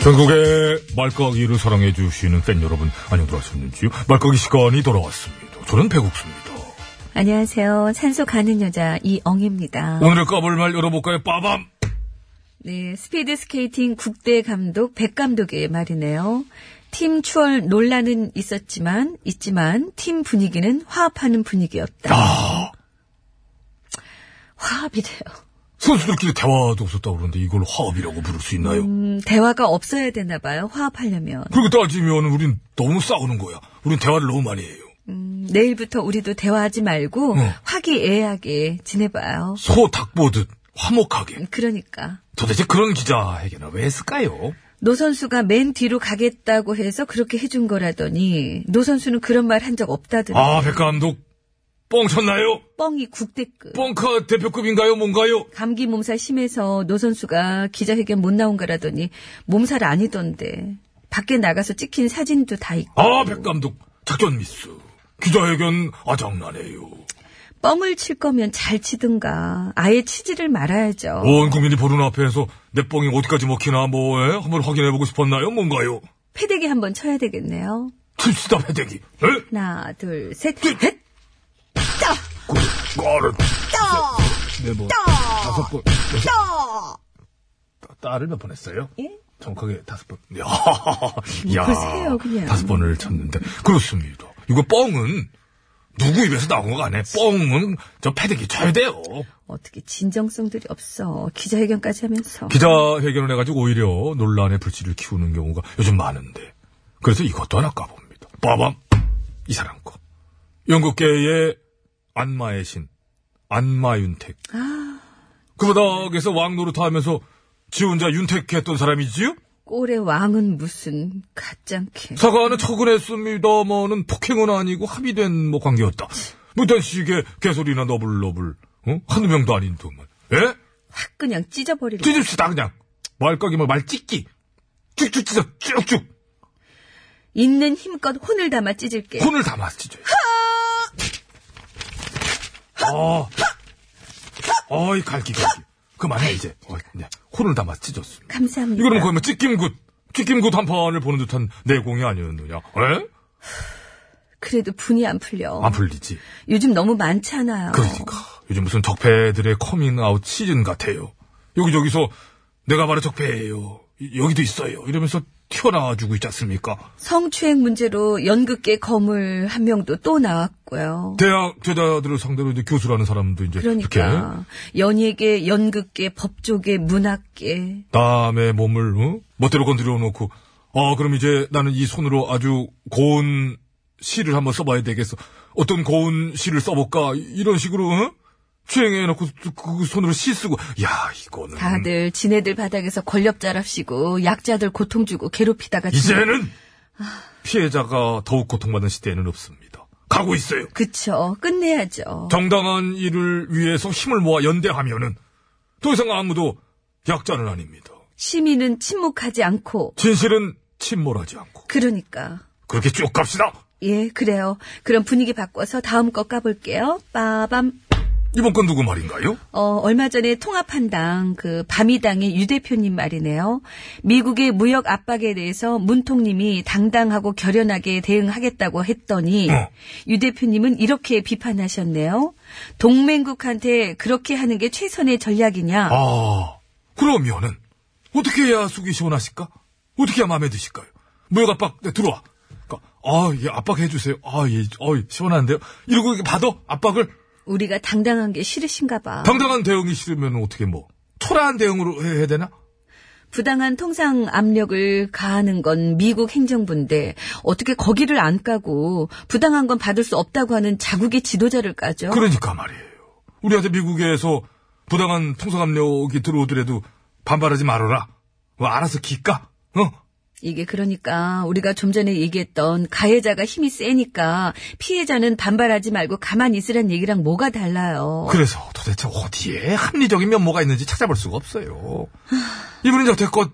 전국의 말까기를 사랑해주시는 팬 여러분, 안녕 돌아왔었는지요? 말까기 시간이 돌아왔습니다. 저는 배국수입니다. 안녕하세요. 산소 가는 여자 이엉입니다. 오늘의 까불말 열어볼까요? 빠밤! 네, 스피드 스케이팅 국대 감독 백 감독의 말이네요. 팀 추월 논란은 있었지만 있지만 팀 분위기는 화합하는 분위기였다. 화합이래요. 선수들끼리 대화도 없었다고 그러는데 이걸 화합이라고 부를 수 있나요? 음, 대화가 없어야 되나 봐요. 화합하려면. 그리고 따지면 우린 너무 싸우는 거야. 우린 대화를 너무 많이 해요. 음, 내일부터 우리도 대화하지 말고 어. 화기애애하게 지내봐요. 소 닭 보듯 화목하게. 그러니까 도대체 그런 기자회견을 왜 했을까요? 노 선수가 맨 뒤로 가겠다고 해서 그렇게 해준 거라더니 노 선수는 그런 말 한 적 없다더니 아, 백 감독 뻥쳤나요? 뻥이 국대급 뻥카 대표급인가요? 뭔가요? 감기 몸살 심해서 노 선수가 기자회견 못 나온 거라더니 몸살 아니던데 밖에 나가서 찍힌 사진도 다 있고 아, 백 감독 작전 미스. 기자회견 아장나네요. 뻥을 칠 거면 잘 치든가 아예 치지를 말아야죠. 온 국민이 보는 앞에서 내 뻥이 어디까지 먹히나 뭐 에? 한번 확인해보고 싶었나요? 뭔가요? 패대기 한번 쳐야 되겠네요. 칩시다 패대기. 하나 둘 셋. 헷! 네뭐 다섯 번. 딸을 몇 번 했어요? 정확하게 다섯 번. 야, 야, 보세요, 예? 그냥. 다섯 번을 쳤는데 그렇습니다. 이거 뻥은 누구 입에서 나온 거 아니에요? 뻥은 저 패대기 쳐야 돼요. 어떻게 진정성들이 없어 기자회견까지 하면서 기자회견을 해가지고 오히려 논란의 불씨를 키우는 경우가 요즘 많은데 그래서 이것도 하나 까봅니다. 빠밤 이 사람 거 영국계의 안마의 신 안마윤택 아 그바닥에서 왕노릇하면서 지 혼자 윤택했던 사람이지요? 꼴의 왕은 무슨 가짱캐 사과는 처근했습니다만은 폭행은 아니고 합의된 뭐 관계였다. 무단 식의 개소리나 너블너블 어? 한두 명도 아닌 둥만 예? 확 그냥 찢어버리려 찢읍시다 그냥 말까기면 뭐 말 찢기 쭉쭉 찢어 쭉쭉 있는 힘껏 혼을 담아 찢을게 혼을 담아 찢어요 아, 어이 갈기 갈기 그만해 이제 어이, 네. 혼을 담아 찢었습니다 감사합니다 이거는 거의 뭐 찢김굿 찢김굿 한 판을 보는 듯한 내공이 아니었느냐 에? 그래도 분이 안 풀려 안 풀리지 요즘 너무 많잖아요 아. 그러니까 요즘 무슨 적폐들의 커밍아웃 시즌 같아요. 여기저기서 내가 바로 적폐예요. 이- 여기도 있어요. 이러면서 튀어나와주고 있지 않습니까? 성추행 문제로 연극계 거물 한 명도 또 나왔고요 대학 제자들을 상대로 이제 교수라는 사람도 이제 이렇게 그러니까 연예계 연극계 법조계 문학계 남의 몸을 어? 멋대로 건드려 놓고 아 그럼 이제 나는 이 손으로 아주 고운 시를 한번 써봐야 되겠어. 어떤 고운 시를 써볼까 이- 이런 식으로 어? 추행해 놓고 그 손으로 시 쓰고 야 이거는 다들 지네들 바닥에서 권력자랍시고 약자들 고통 주고 괴롭히다가 이제는 피해자가 더욱 고통받는 시대에는 없습니다. 가고 있어요. 그쵸 끝내야죠 정당한 일을 위해서 힘을 모아 연대하면은 더 이상 아무도 약자는 아닙니다. 시민은 침묵하지 않고 진실은 침몰하지 않고 그러니까 그렇게 쭉 갑시다. 예 그래요 그럼 분위기 바꿔서 다음 거 까볼게요 빠밤 이번 건 누구 말인가요? 어, 얼마 전에 통합한당, 그, 밤이당의 유 대표님 말이네요. 미국의 무역 압박에 대해서 문통님이 당당하고 결연하게 대응하겠다고 했더니, 유 대표님은 이렇게 비판하셨네요. 동맹국한테 그렇게 하는 게 최선의 전략이냐? 아 그러면은 어떻게 해야 속이 시원하실까? 어떻게 해야 마음에 드실까요? 무역 압박 네, 들어와. 그러니까, 아 예, 압박해 주세요. 아예 어, 시원한데요. 이러고 이렇게 받아 압박을 우리가 당당한 게 싫으신가 봐. 당당한 대응이 싫으면 어떻게 뭐 초라한 대응으로 해- 해야 되나? 부당한 통상 압력을 가하는 건 미국 행정부인데, 어떻게 거기를 안 까고, 부당한 건 받을 수 없다고 하는 자국의 지도자를 까죠? 그러니까 말이에요. 우리한테 미국에서 부당한 통상 압력이 들어오더라도 반발하지 말아라. 뭐 알아서 기까? 어? 이게 그러니까 우리가 좀 전에 얘기했던 가해자가 힘이 세니까 피해자는 반발하지 말고 가만히 있으란 얘기랑 뭐가 달라요. 그래서 도대체 어디에 예, 합리적인 면모가 있는지 찾아볼 수가 없어요. 이분은 여태껏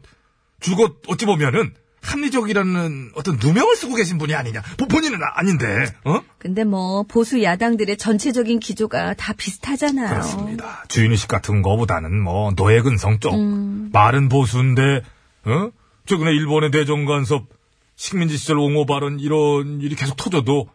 주고 어찌 보면은 합리적이라는 어떤 누명을 쓰고 계신 분이 아니냐. 보- 본인은 아- 아닌데, 어? 근데 뭐 보수 야당들의 전체적인 기조가 다 비슷하잖아요. 그렇습니다. 주인의식 같은 거보다는 뭐 노예근성 쪽. 말은 보수인데, 어? 최근에 일본의 내정간섭, 식민지 시절 옹호 발언 이런 일이 계속 터져도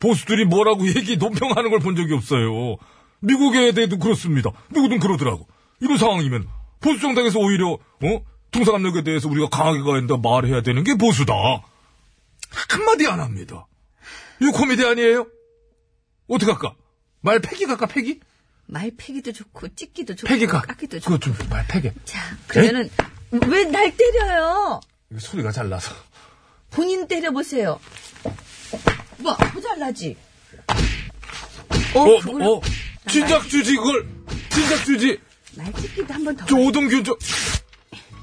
보수들이 뭐라고 얘기 논평하는 걸 본 적이 없어요. 미국에 대해도 그렇습니다. 누구든 그러더라고. 이런 상황이면 보수 정당에서 오히려 어? 통상압력에 대해서 우리가 강하게 가야 된다 말해야 되는 게 보수다. 한마디 안 합니다. 이거 코미디 아니에요? 어떻게 할까? 말 패기 갈까 패기? 말 패기도 좋고 찍기도 좋고 패기가 깎기도 그거 좋고. 좀 말패게 자, 그러면은 왜 날 때려요? 소리가 잘 나서 본인 때려보세요. 뭐, 모자라지? 어, 뭐, 어, 그걸- 어, 진작 주지, 그걸. 진작 주지. 날치기도 한 번 더. 저 오동균, 저.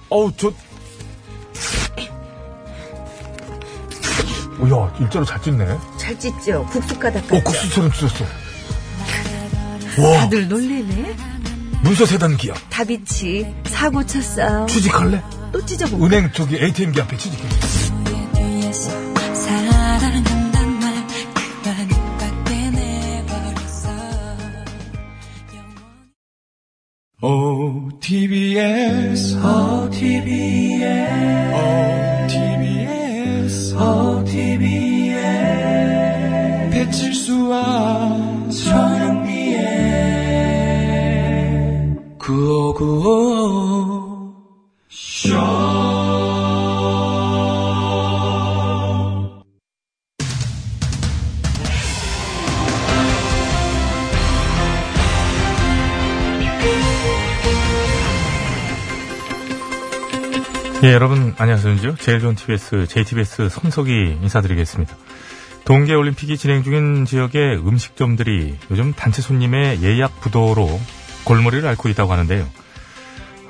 어우, 저. 어, 야, 일자로 잘 찢네. 어, 잘 찢죠? 국수가닥 같죠? 국수처럼 찢었어. 와, 다들 놀래네. 문서 세단기야. 다비치, 사고 쳤어. 취직할래? 또 찢어보고. 은행 저기 ATM기 앞에 취직해. OTBS, OTBS, OTBS, OTBS, 배칠수와 전영미의 9595 쇼. 예, 여러분 안녕하세요. 제일 좋은 TBS, JTBS 손석희 인사드리겠습니다. 동계올림픽이 진행 중인 지역의 음식점들이 요즘 단체 손님의 예약 부도로 골머리를 앓고 있다고 하는데요.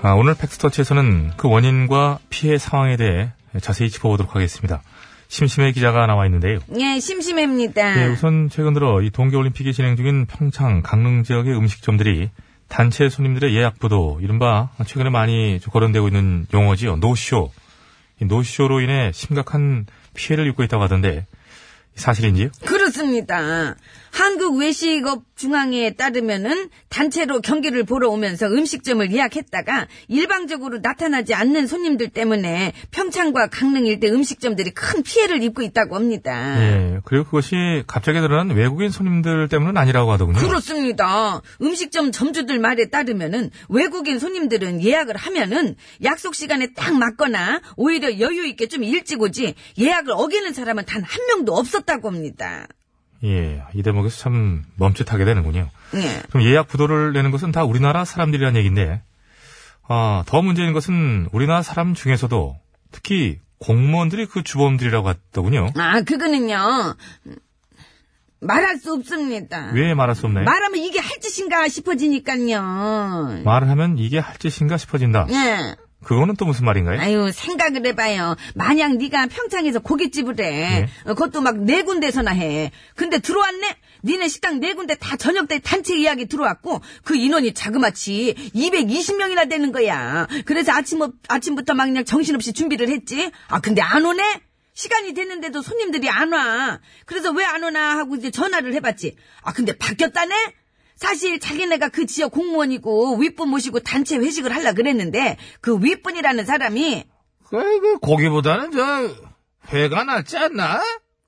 아, 오늘 팩스터치에서는 그 원인과 피해 상황에 대해 자세히 짚어보도록 하겠습니다. 심심해 기자가 나와 있는데요. 예, 심심합니다. 예, 우선 최근 들어 이 동계올림픽이 진행 중인 평창, 강릉 지역의 음식점들이 단체 손님들의 예약 부도, 이른바 최근에 많이 좀 거론되고 있는 용어지요. 노쇼. 이 노쇼로 인해 심각한 피해를 입고 있다고 하던데 사실인지요? 그렇습니다. 한국 외식업 중앙회에 따르면은 단체로 경기를 보러 오면서 음식점을 예약했다가 일방적으로 나타나지 않는 손님들 때문에 평창과 강릉 일대 음식점들이 큰 피해를 입고 있다고 합니다. 예. 그리고 그것이 갑자기 드러난 외국인 손님들 때문은 아니라고 하더군요. 그렇습니다. 음식점 점주들 말에 따르면은 외국인 손님들은 예약을 하면은 약속 시간에 딱 맞거나 오히려 여유 있게 좀 일찍 오지 예약을 어기는 사람은 단 한 명도 없었다고 합니다. 예. 이 대목에서 참 멈칫하게 되는군요. 예. 그럼 예약 부도를 내는 것은 다 우리나라 사람들이란 얘기인데, 아, 더 문제인 것은 우리나라 사람 중에서도 특히 공무원들이 그 주범들이라고 하더군요. 아, 그거는요. 말할 수 없습니다. 왜 말할 수 없나요? 말하면 이게 할 짓인가 싶어지니까요. 말을 하면 이게 할 짓인가 싶어진다. 예. 그거는 또 무슨 말인가요? 아유, 생각을 해봐요. 만약 네가 평창에서 고깃집을 해. 어, 그것도 막 네 군데서나 해. 근데 들어왔네? 니네 식당 네 군데 다 저녁 때 단체 예약이 들어왔고 그 인원이 자그마치 220명이나 되는 거야. 그래서 아침, 업- 아침부터 막 그냥 정신없이 준비를 했지. 아, 근데 안 오네? 시간이 됐는데도 손님들이 안 와. 그래서 왜 안 오나 하고 이제 전화를 해봤지. 아, 근데 바뀌었다네? 사실 자기네가 그 지역 공무원이고 윗분 모시고 단체 회식을 하려 그랬는데 그 윗분이라는 사람이 그 고기보다는 저 회가 낫지 않나?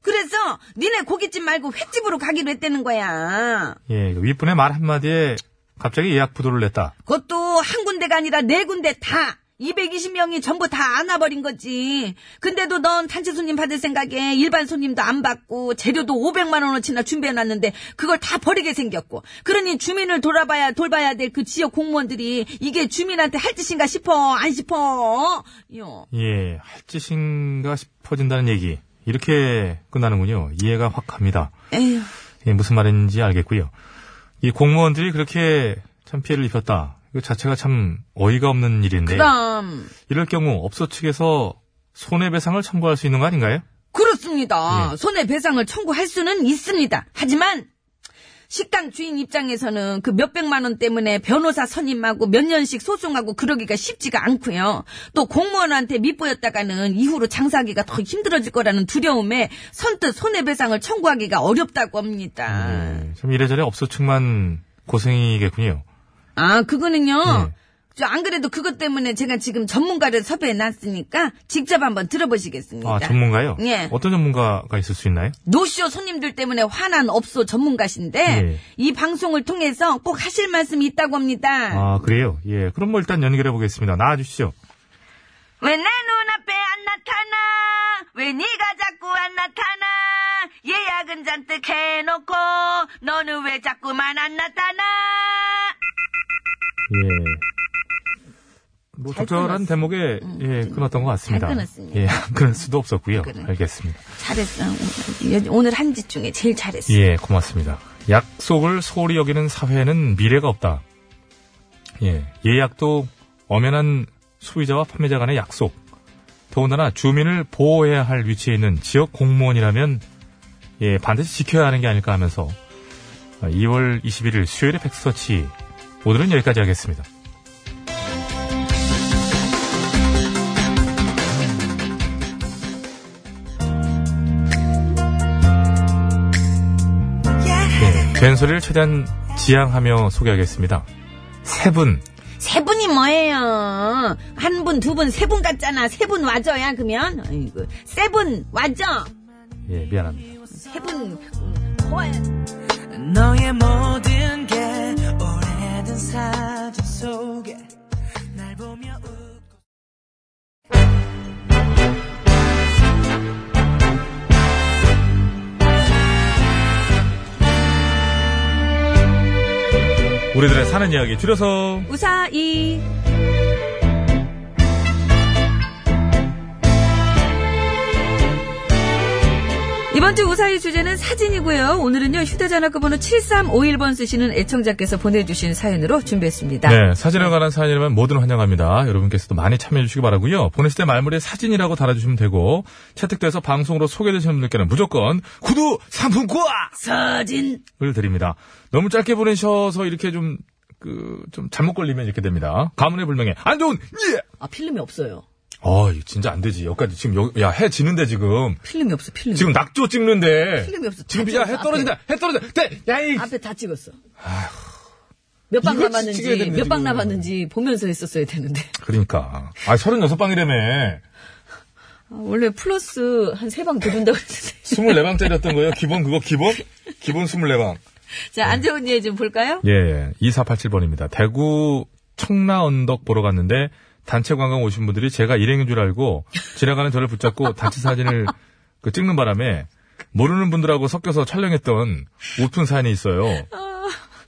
그래서 니네 고깃집 말고 횟집으로 가기로 했다는 거야. 예, 윗분의 말 한마디에 갑자기 예약 부도를 냈다. 그것도 한 군데가 아니라 네 군데 다 220명이 전부 다 안아버린 거지. 근데도 넌 단체 손님 받을 생각에 일반 손님도 안 받고 재료도 500만 원어치나 준비해놨는데 그걸 다 버리게 생겼고. 그러니 주민을 돌아봐야 돌봐야 될 그 지역 공무원들이 이게 주민한테 할 짓인가 싶어 안 싶어. 요. 예, 할 짓인가 싶어진다는 얘기. 이렇게 끝나는군요. 이해가 확 갑니다. 에휴. 예, 무슨 말인지 알겠고요. 이 공무원들이 그렇게 참 피해를 입혔다. 이거 자체가 참 어이가 없는 일인데. 그럼 이럴 경우 업소 측에서 손해배상을 청구할 수 있는 거 아닌가요? 그렇습니다. 예. 손해배상을 청구할 수는 있습니다. 하지만 식당 주인 입장에서는 그 몇백만 원 때문에 변호사 선임하고 몇 년씩 소송하고 그러기가 쉽지가 않고요. 또 공무원한테 밑보였다가는 이후로 장사하기가 더 힘들어질 거라는 두려움에 선뜻 손해배상을 청구하기가 어렵다고 합니다. 예, 참 이래저래 업소 측만 고생이겠군요. 아, 그거는요. 예. 저 안 그래도 그것 때문에 제가 지금 전문가를 섭외해 놨으니까 직접 한번 들어보시겠습니다. 아, 전문가요? 예. 어떤 전문가가 있을 수 있나요? 노쇼 손님들 때문에 화난 업소 전문가신데 예. 이 방송을 통해서 꼭 하실 말씀이 있다고 합니다. 아, 그래요? 예. 그럼 뭐 일단 연결해 보겠습니다. 나와 주시죠. 왜 내 눈앞에 안 나타나? 왜 네가 자꾸 안 나타나? 예약은 잔뜩 해놓고 너는 왜 자꾸만 안 나타나? 예. 뭐 잘 적절한 끊었어. 대목에 예, 끊었던 것 같습니다. 잘 끊었습니다. 예, 안 끊을 수도 없었고요. 끊어요. 알겠습니다. 잘했어. 오늘 한 짓 중에 제일 잘했어. 예, 고맙습니다. 약속을 소홀히 여기는 사회에는 미래가 없다. 예, 예약도 엄연한 소비자와 판매자 간의 약속. 더군다나 주민을 보호해야 할 위치에 있는 지역 공무원이라면 예, 반드시 지켜야 하는 게 아닐까 하면서 2월 21일 수요일의 백스터치 오늘은 여기까지 하겠습니다. 예, 된소리를 최대한 지향하며 소개하겠습니다. 세 분, 세 분이 뭐예요? 한 분, 두 분, 세 분 같잖아. 세 분 와줘야 그러면 아이고 세 분 와줘. 예, 미안합니다. 세 분 고와요. 너의 모든 게 오래된 사진 속에 날 보며 우리들의 사는 이야기 줄여서 우사이. 이번 주 우사의 주제는 사진이고요. 오늘은요, 휴대전화 끝번호 7351번 쓰시는 애청자께서 보내주신 사연으로 준비했습니다. 네, 사진에 관한 사연이라면 뭐든 환영합니다. 여러분께서도 많이 참여해 주시기 바라고요. 보내실 때 말물에 사진이라고 달아주시면 되고 채택돼서 방송으로 소개되시는 분들께는 무조건 구두 상품권 사진 을 드립니다. 너무 짧게 보내셔서 이렇게 좀 그, 좀, 잘못 걸리면 이렇게 됩니다. 가문의 불명예. 안 좋은! 예! 아, 필름이 없어요. 아, 이거 진짜 안 되지. 여기까지 지금, 여, 야, 해 지는데 지금. 필름이 없어, 필름이. 지금 낙조 찍는데. 필름이 없어. 다 지금, 야, 해 찍었어, 아. 떨어진다! 해 떨어진다! 대, 야, 이! 앞에 다 찍었어. 몇 방 이거 찍어야 남았는지, 되는데, 몇 방 지금. 남았는지 보면서 했었어야 되는데. 그러니까. 아, 36방이라며. 아, 원래 플러스 한 세 방 더 준다고 했는데. 24방 때렸던 거예요? 기본 그거 기본? 기본 24방. 자, 안재훈 예 좀 볼까요? 예, 2487번입니다. 대구 청라 언덕 보러 갔는데 단체 관광 오신 분들이 제가 일행인 줄 알고 지나가는 저를 붙잡고 단체 사진을 그 찍는 바람에 모르는 분들하고 섞여서 촬영했던 웃픈 사연이 있어요.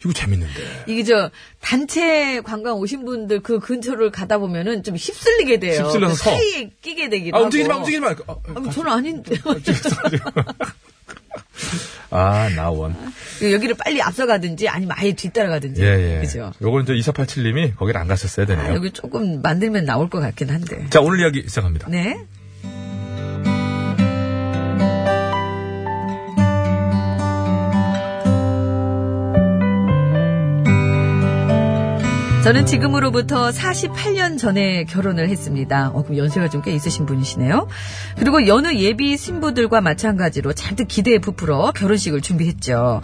이거 재밌는데. 이게 저 단체 관광 오신 분들 그 근처를 가다 보면은 좀 휩쓸리게 돼요. 휩쓸려서 그 서. 사이에 끼게 되기도 아, 하고. 움직이지 마, 움직이지 마. 아, 아니, 저는 아닌데. 아, 나원. 여기를 빨리 앞서가든지 아니면 아예 뒤따라가든지. 예, 예. 그죠? 요건 이제 2487님이 거길 안 가셨어야 되네요. 아, 여기 조금 만들면 나올 것 같긴 한데. 자, 오늘 이야기 시작합니다. 네. 저는 지금으로부터 48년 전에 결혼을 했습니다. 어, 그럼 연세가 좀 꽤 있으신 분이시네요. 그리고 여느 예비 신부들과 마찬가지로 잔뜩 기대에 부풀어 결혼식을 준비했죠.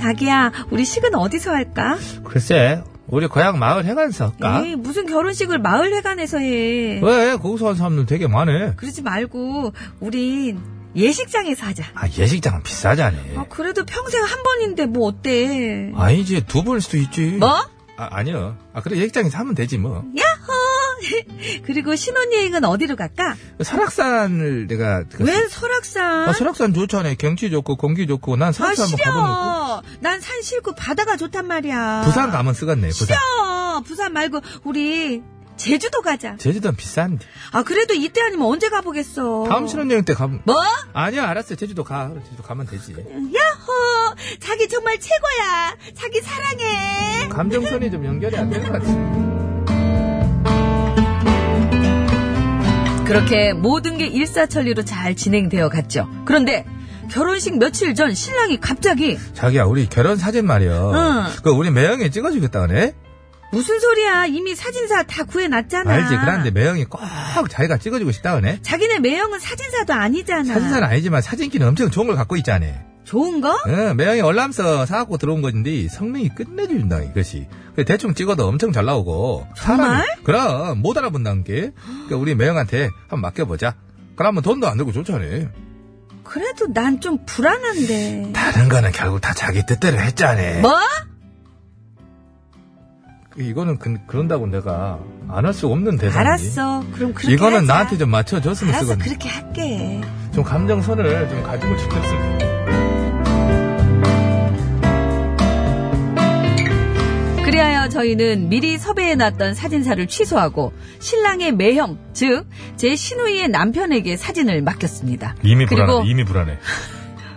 자기야, 우리 식은 어디서 할까? 글쎄, 우리 고향 마을 해관에서 아? 할까? 에이, 무슨 결혼식을 마을회관에서 해. 왜? 거기서 한 사람들 되게 많네. 그러지 말고 우린 예식장에서 하자. 아, 예식장은 비싸잖아. 아, 그래도 평생 한 번인데 뭐 어때? 아니지, 두 번일 수도 있지. 뭐? 아, 아니요. 아, 그래, 예식장에서 하면 되지, 뭐. 야호! 그리고 신혼여행은 어디로 갈까? 설악산을 내가. 그- 웬 설악산? 아, 설악산 좋잖아요. 경치 좋고, 공기 좋고, 난 아, 설악산 한번 가보는 싫어. 난 산 싫고 바다가 좋단 말이야. 부산 가면 쓰겠네, 부산. 싫어. 부산 말고 우리 제주도 가자. 제주도는 비싼데. 아 그래도 이때 아니면 언제 가보겠어. 다음 신혼여행 때 가면. 뭐? 아니야, 알았어. 제주도 가. 그럼 제주도 가면 되지. 야호! 자기 정말 최고야. 자기 사랑해. 감정선이 좀 연결이 안 되는 것 같아. 그렇게 모든 게 일사천리로 잘 진행되어 갔죠. 그런데 결혼식 며칠 전 신랑이 갑자기 자기야, 우리 결혼 사진 말이야. 응. 그, 우리 매형이 찍어주겠다, 그래? 무슨 소리야 이미 사진사 다 구해놨잖아. 알지. 그런데 매형이 꼭 자기가 찍어주고 싶다, 그래? 자기네 매형은 사진사도 아니잖아. 사진사는 아니지만 사진기는 엄청 좋은 걸 갖고 있잖아. 좋은 거? 응, 예, 매형이 월남서 사갖고 들어온 건데 성능이 끝내준다, 이것이. 그 대충 찍어도 엄청 잘 나오고. 정말? 사람이- 그럼, 못 알아본다는 게. 그러니까 우리 매형한테 한번 맡겨보자. 그러면 돈도 안 들고 좋잖아. 그래도 난 좀 불안한데. 다른 거는 결국 다 자기 뜻대로 했잖아. 뭐? 이거는 그, 그런다고 내가 안 할 수 없는 대사지. 알았어. 그럼 그렇게 이거는 하자. 나한테 좀 맞춰줬으면 알았어 쓰거든. 그렇게 할게. 좀 감정선을 좀 가지고 싶었어. 그리하여 저희는 미리 섭외해놨던 사진사를 취소하고 신랑의 매형 즉 제 시누이의 남편에게 사진을 맡겼습니다. 이미 그리고 불안해, 이미 불안해.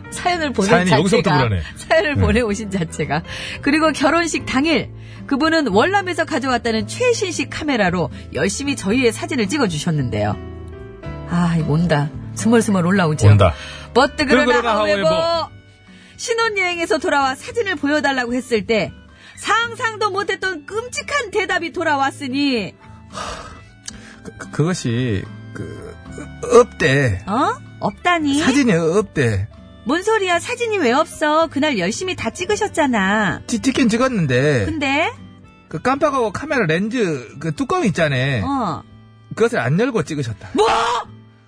사연을 보낸 사연이 자체가 여기서부터 불안해. 사연을 네. 보내오신 자체가 그리고 결혼식 당일 그분은 월남에서 가져왔다는 최신식 카메라로 열심히 저희의 사진을 찍어주셨는데요. 아, 이거 온다. 스멀스멀 올라오죠. 온다. 버트 그러나 그러나 however. 하웨버 신혼여행에서 돌아와 사진을 보여달라고 했을 때 상상도 못했던 끔찍한 대답이 돌아왔으니 그, 그것이 그 없대. 어? 없다니? 사진이 없대. 뭔 소리야? 사진이 왜 없어? 그날 열심히 다 찍으셨잖아. 찍- 찍긴 찍었는데 근데 그 깜빡하고 카메라 렌즈 그 뚜껑 있잖아. 어. 그것을 안 열고 찍으셨다. 뭐?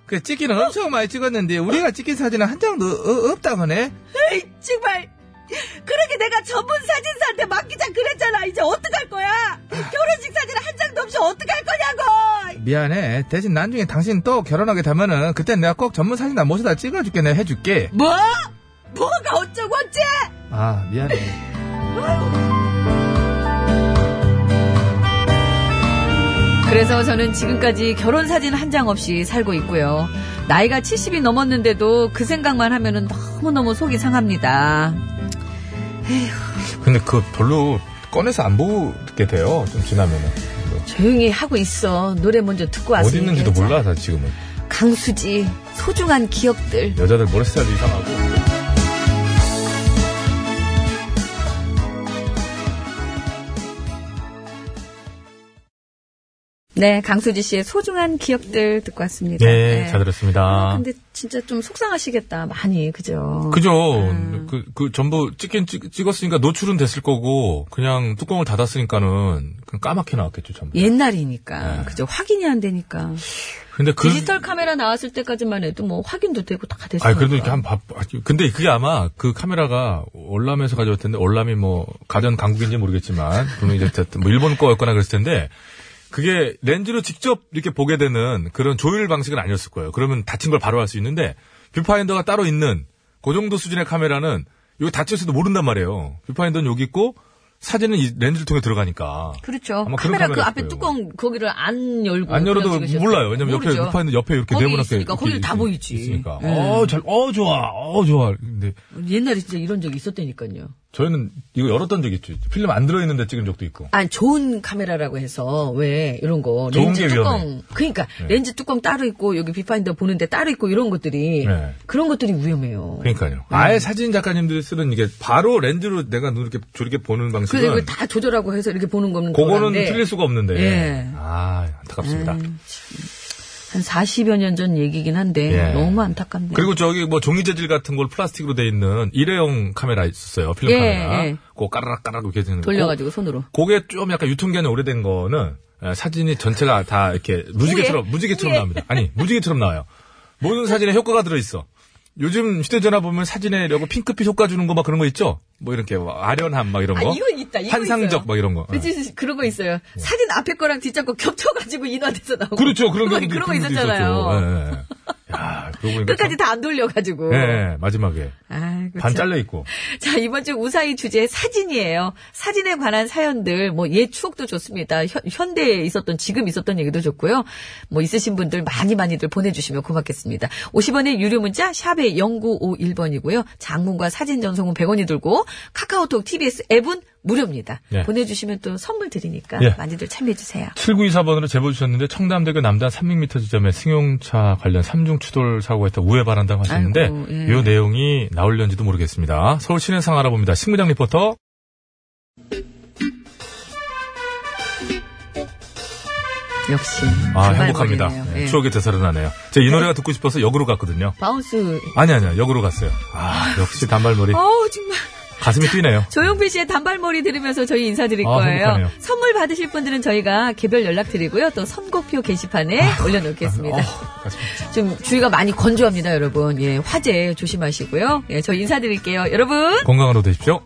그 찍기는 엄청 많이 찍었는데 우리가 찍힌 사진은 한 장도 어- 없다거네. 에이, 정말. 그러게 내가 전문 사진사한테 맡기자 그랬잖아. 이제 어떡할 거야? 결혼식 사진 한 장도 없이 어떡할 거냐고! 미안해. 예, 대신 나중에 당신 또 결혼하게 되면은 그땐 내가 꼭 전문 사진다 모셔다 찍어줄게. 내가 해줄게. 뭐? 뭐가 어쩌고 어째? 아 미안해. 그래서 저는 지금까지 결혼 사진 한 장 없이 살고 있고요. 나이가 70이 넘었는데도 그 생각만 하면은 너무너무 속이 상합니다. 근데 그거 별로 꺼내서 안 보게 돼요. 좀 지나면은. 뭐. 조용히 하고 있어. 노래 먼저 듣고 와서. 어디 있는지도 얘기하자. 몰라, 나 지금은. 강수지, 소중한 기억들. 여자들 머리스타일도 이상하고. 네, 강수지 씨의 소중한 기억들 듣고 왔습니다. 네, 잘 들었습니다. 아, 근데 진짜 좀 속상하시겠다, 많이. 그죠? 그죠. 음. 그, 그 전부 찍긴 찍, 찍었으니까 노출은 됐을 거고, 그냥 뚜껑을 닫았으니까는 그냥 까맣게 나왔겠죠, 전부. 옛날이니까. 그죠? 확인이 안 되니까. 근데 네. 그, 디지털 카메라 나왔을 때까지만 해도 뭐 확인도 되고 다 됐으니까. 아니, 그래도 이렇게 한 밥, 근데 그게 아마 그 카메라가 월남에서 가져올 텐데, 월남이 뭐, 가전 강국인지 모르겠지만, 분명히 이제 어쨌든 뭐 일본 거였거나 그랬을 텐데, 그게 렌즈로 직접 이렇게 보게 되는 그런 조율 방식은 아니었을 거예요. 그러면 다친 걸 바로 할 수 있는데, 뷰파인더가 따로 있는, 그 정도 수준의 카메라는, 이거 다쳤어도 모른단 말이에요. 뷰파인더는 여기 있고, 사진은 이 렌즈를 통해 들어가니까. 그렇죠. 아마 그런 카메라 그 카메라일 앞에 거예요. 뚜껑 거기를 안 열고 안 열어도 그냥 찍으셨어요. 몰라요. 왜냐면 옆에 모르죠. 뷰파인더 옆에 이렇게 거기 네모나게. 있으니까 이렇게 거기 다 있- 보이지. 있으니까. 예. 어, 잘, 어, 좋아. 어, 좋아. 근데, 옛날에 진짜 이런 적이 있었다니까요. 저희는 이거 열었던 적 있죠. 필름 안 들어있는데 찍은 적도 있고. 아니 좋은 카메라라고 해서 왜 이런 거 좋은 렌즈 게 뚜껑 위험해. 네. 그러니까 렌즈 뚜껑 따로 있고 여기 비파인더 보는데 따로 있고 이런 것들이 네. 그런 것들이 위험해요. 그러니까요. 음. 아예 사진 작가님들이 쓰는 이게 바로 렌즈로 내가 눈 이렇게 조리게 보는 그래서 방식은 이걸 다 조절하고 해서 이렇게 보는 거는 그거는 덜한데 틀릴 수가 없는데. 예. 음. 아, 안타깝습니다. 한 40여 년 전 얘기긴 한데 예. 너무 안타깝네요. 그리고 저기 뭐 종이 재질 같은 걸 플라스틱으로 돼 있는 일회용 카메라 있었어요. 필름 예, 카메라. 예. 그거 까라락 까라락 이렇게 되는 거. 돌려가지고 손으로 그게 좀 약간 유통기한이 오래된 거는 에, 사진이 전체가 다 이렇게 무지개처럼 후에? 무지개처럼 후에? 나옵니다. 아니 무지개처럼 나와요. 모든 사진에 효과가 들어 있어. 요즘 휴대전화 보면 사진에 려고 핑크빛 효과 주는 거 막 그런 거 있죠? 뭐 이렇게 뭐 아련함 막 이런 아, 거. 이건 있다, 이건 환상적 있어요. 막 이런 거. 예. 그치, 그런 거 있어요. 사진 앞에 거랑 뒤쪽 거 겹쳐가지고 인화돼서 나오고 그렇죠. 그런 그런, 경우도 그런 거 있었죠. 있었잖아요. 예, 예. 야, 그러고 보니까 끝까지 다 안 돌려가지고. 참- 예, 예, 마지막에 아이고, 반 참. 잘려 있고. 자, 이번 주 우사히 주제 사진이에요. 사진에 관한 사연들, 뭐, 옛 추억도 좋습니다. 현, 대에 있었던, 지금 있었던 얘기도 좋고요. 뭐, 있으신 분들 많이 많이들 보내주시면 고맙겠습니다. 50원의 유료 문자, 샵의 0951번이고요. 장문과 사진 전송은 100원이 들고, 카카오톡, TBS 앱은 무료입니다. 예. 보내주시면 또 선물 드리니까 예. 많이들 참여해주세요. 7924번으로 제보 주셨는데 청담대교 남단 300m 지점에 승용차 관련 3중 추돌 사고가 있다 우회 바란다고 하시는데 아이고, 예. 이 내용이 나올려는지도 모르겠습니다. 서울 시내 상 알아봅니다. 신무장 리포터. 역시. 아 반발거리네요. 행복합니다. 예. 예, 추억이 되살아나네요. 제가 이 노래가 듣고 싶어서 역으로 갔거든요. 바운스. 아니 아니요 역으로 갔어요. 아 역시 단발머리 어우, 정말. 가슴이 뛰네요. 조용필 씨의 단발머리 들으면서 저희 인사드릴 아, 거예요. 행복하네요. 선물 받으실 분들은 저희가 개별 연락드리고요. 또 선곡표 게시판에 아, 올려놓겠습니다. 어. 좀 주위가 많이 건조합니다, 여러분. 예, 화재 조심하시고요. 예, 저희 인사드릴게요. 여러분! 건강으로 되십시오.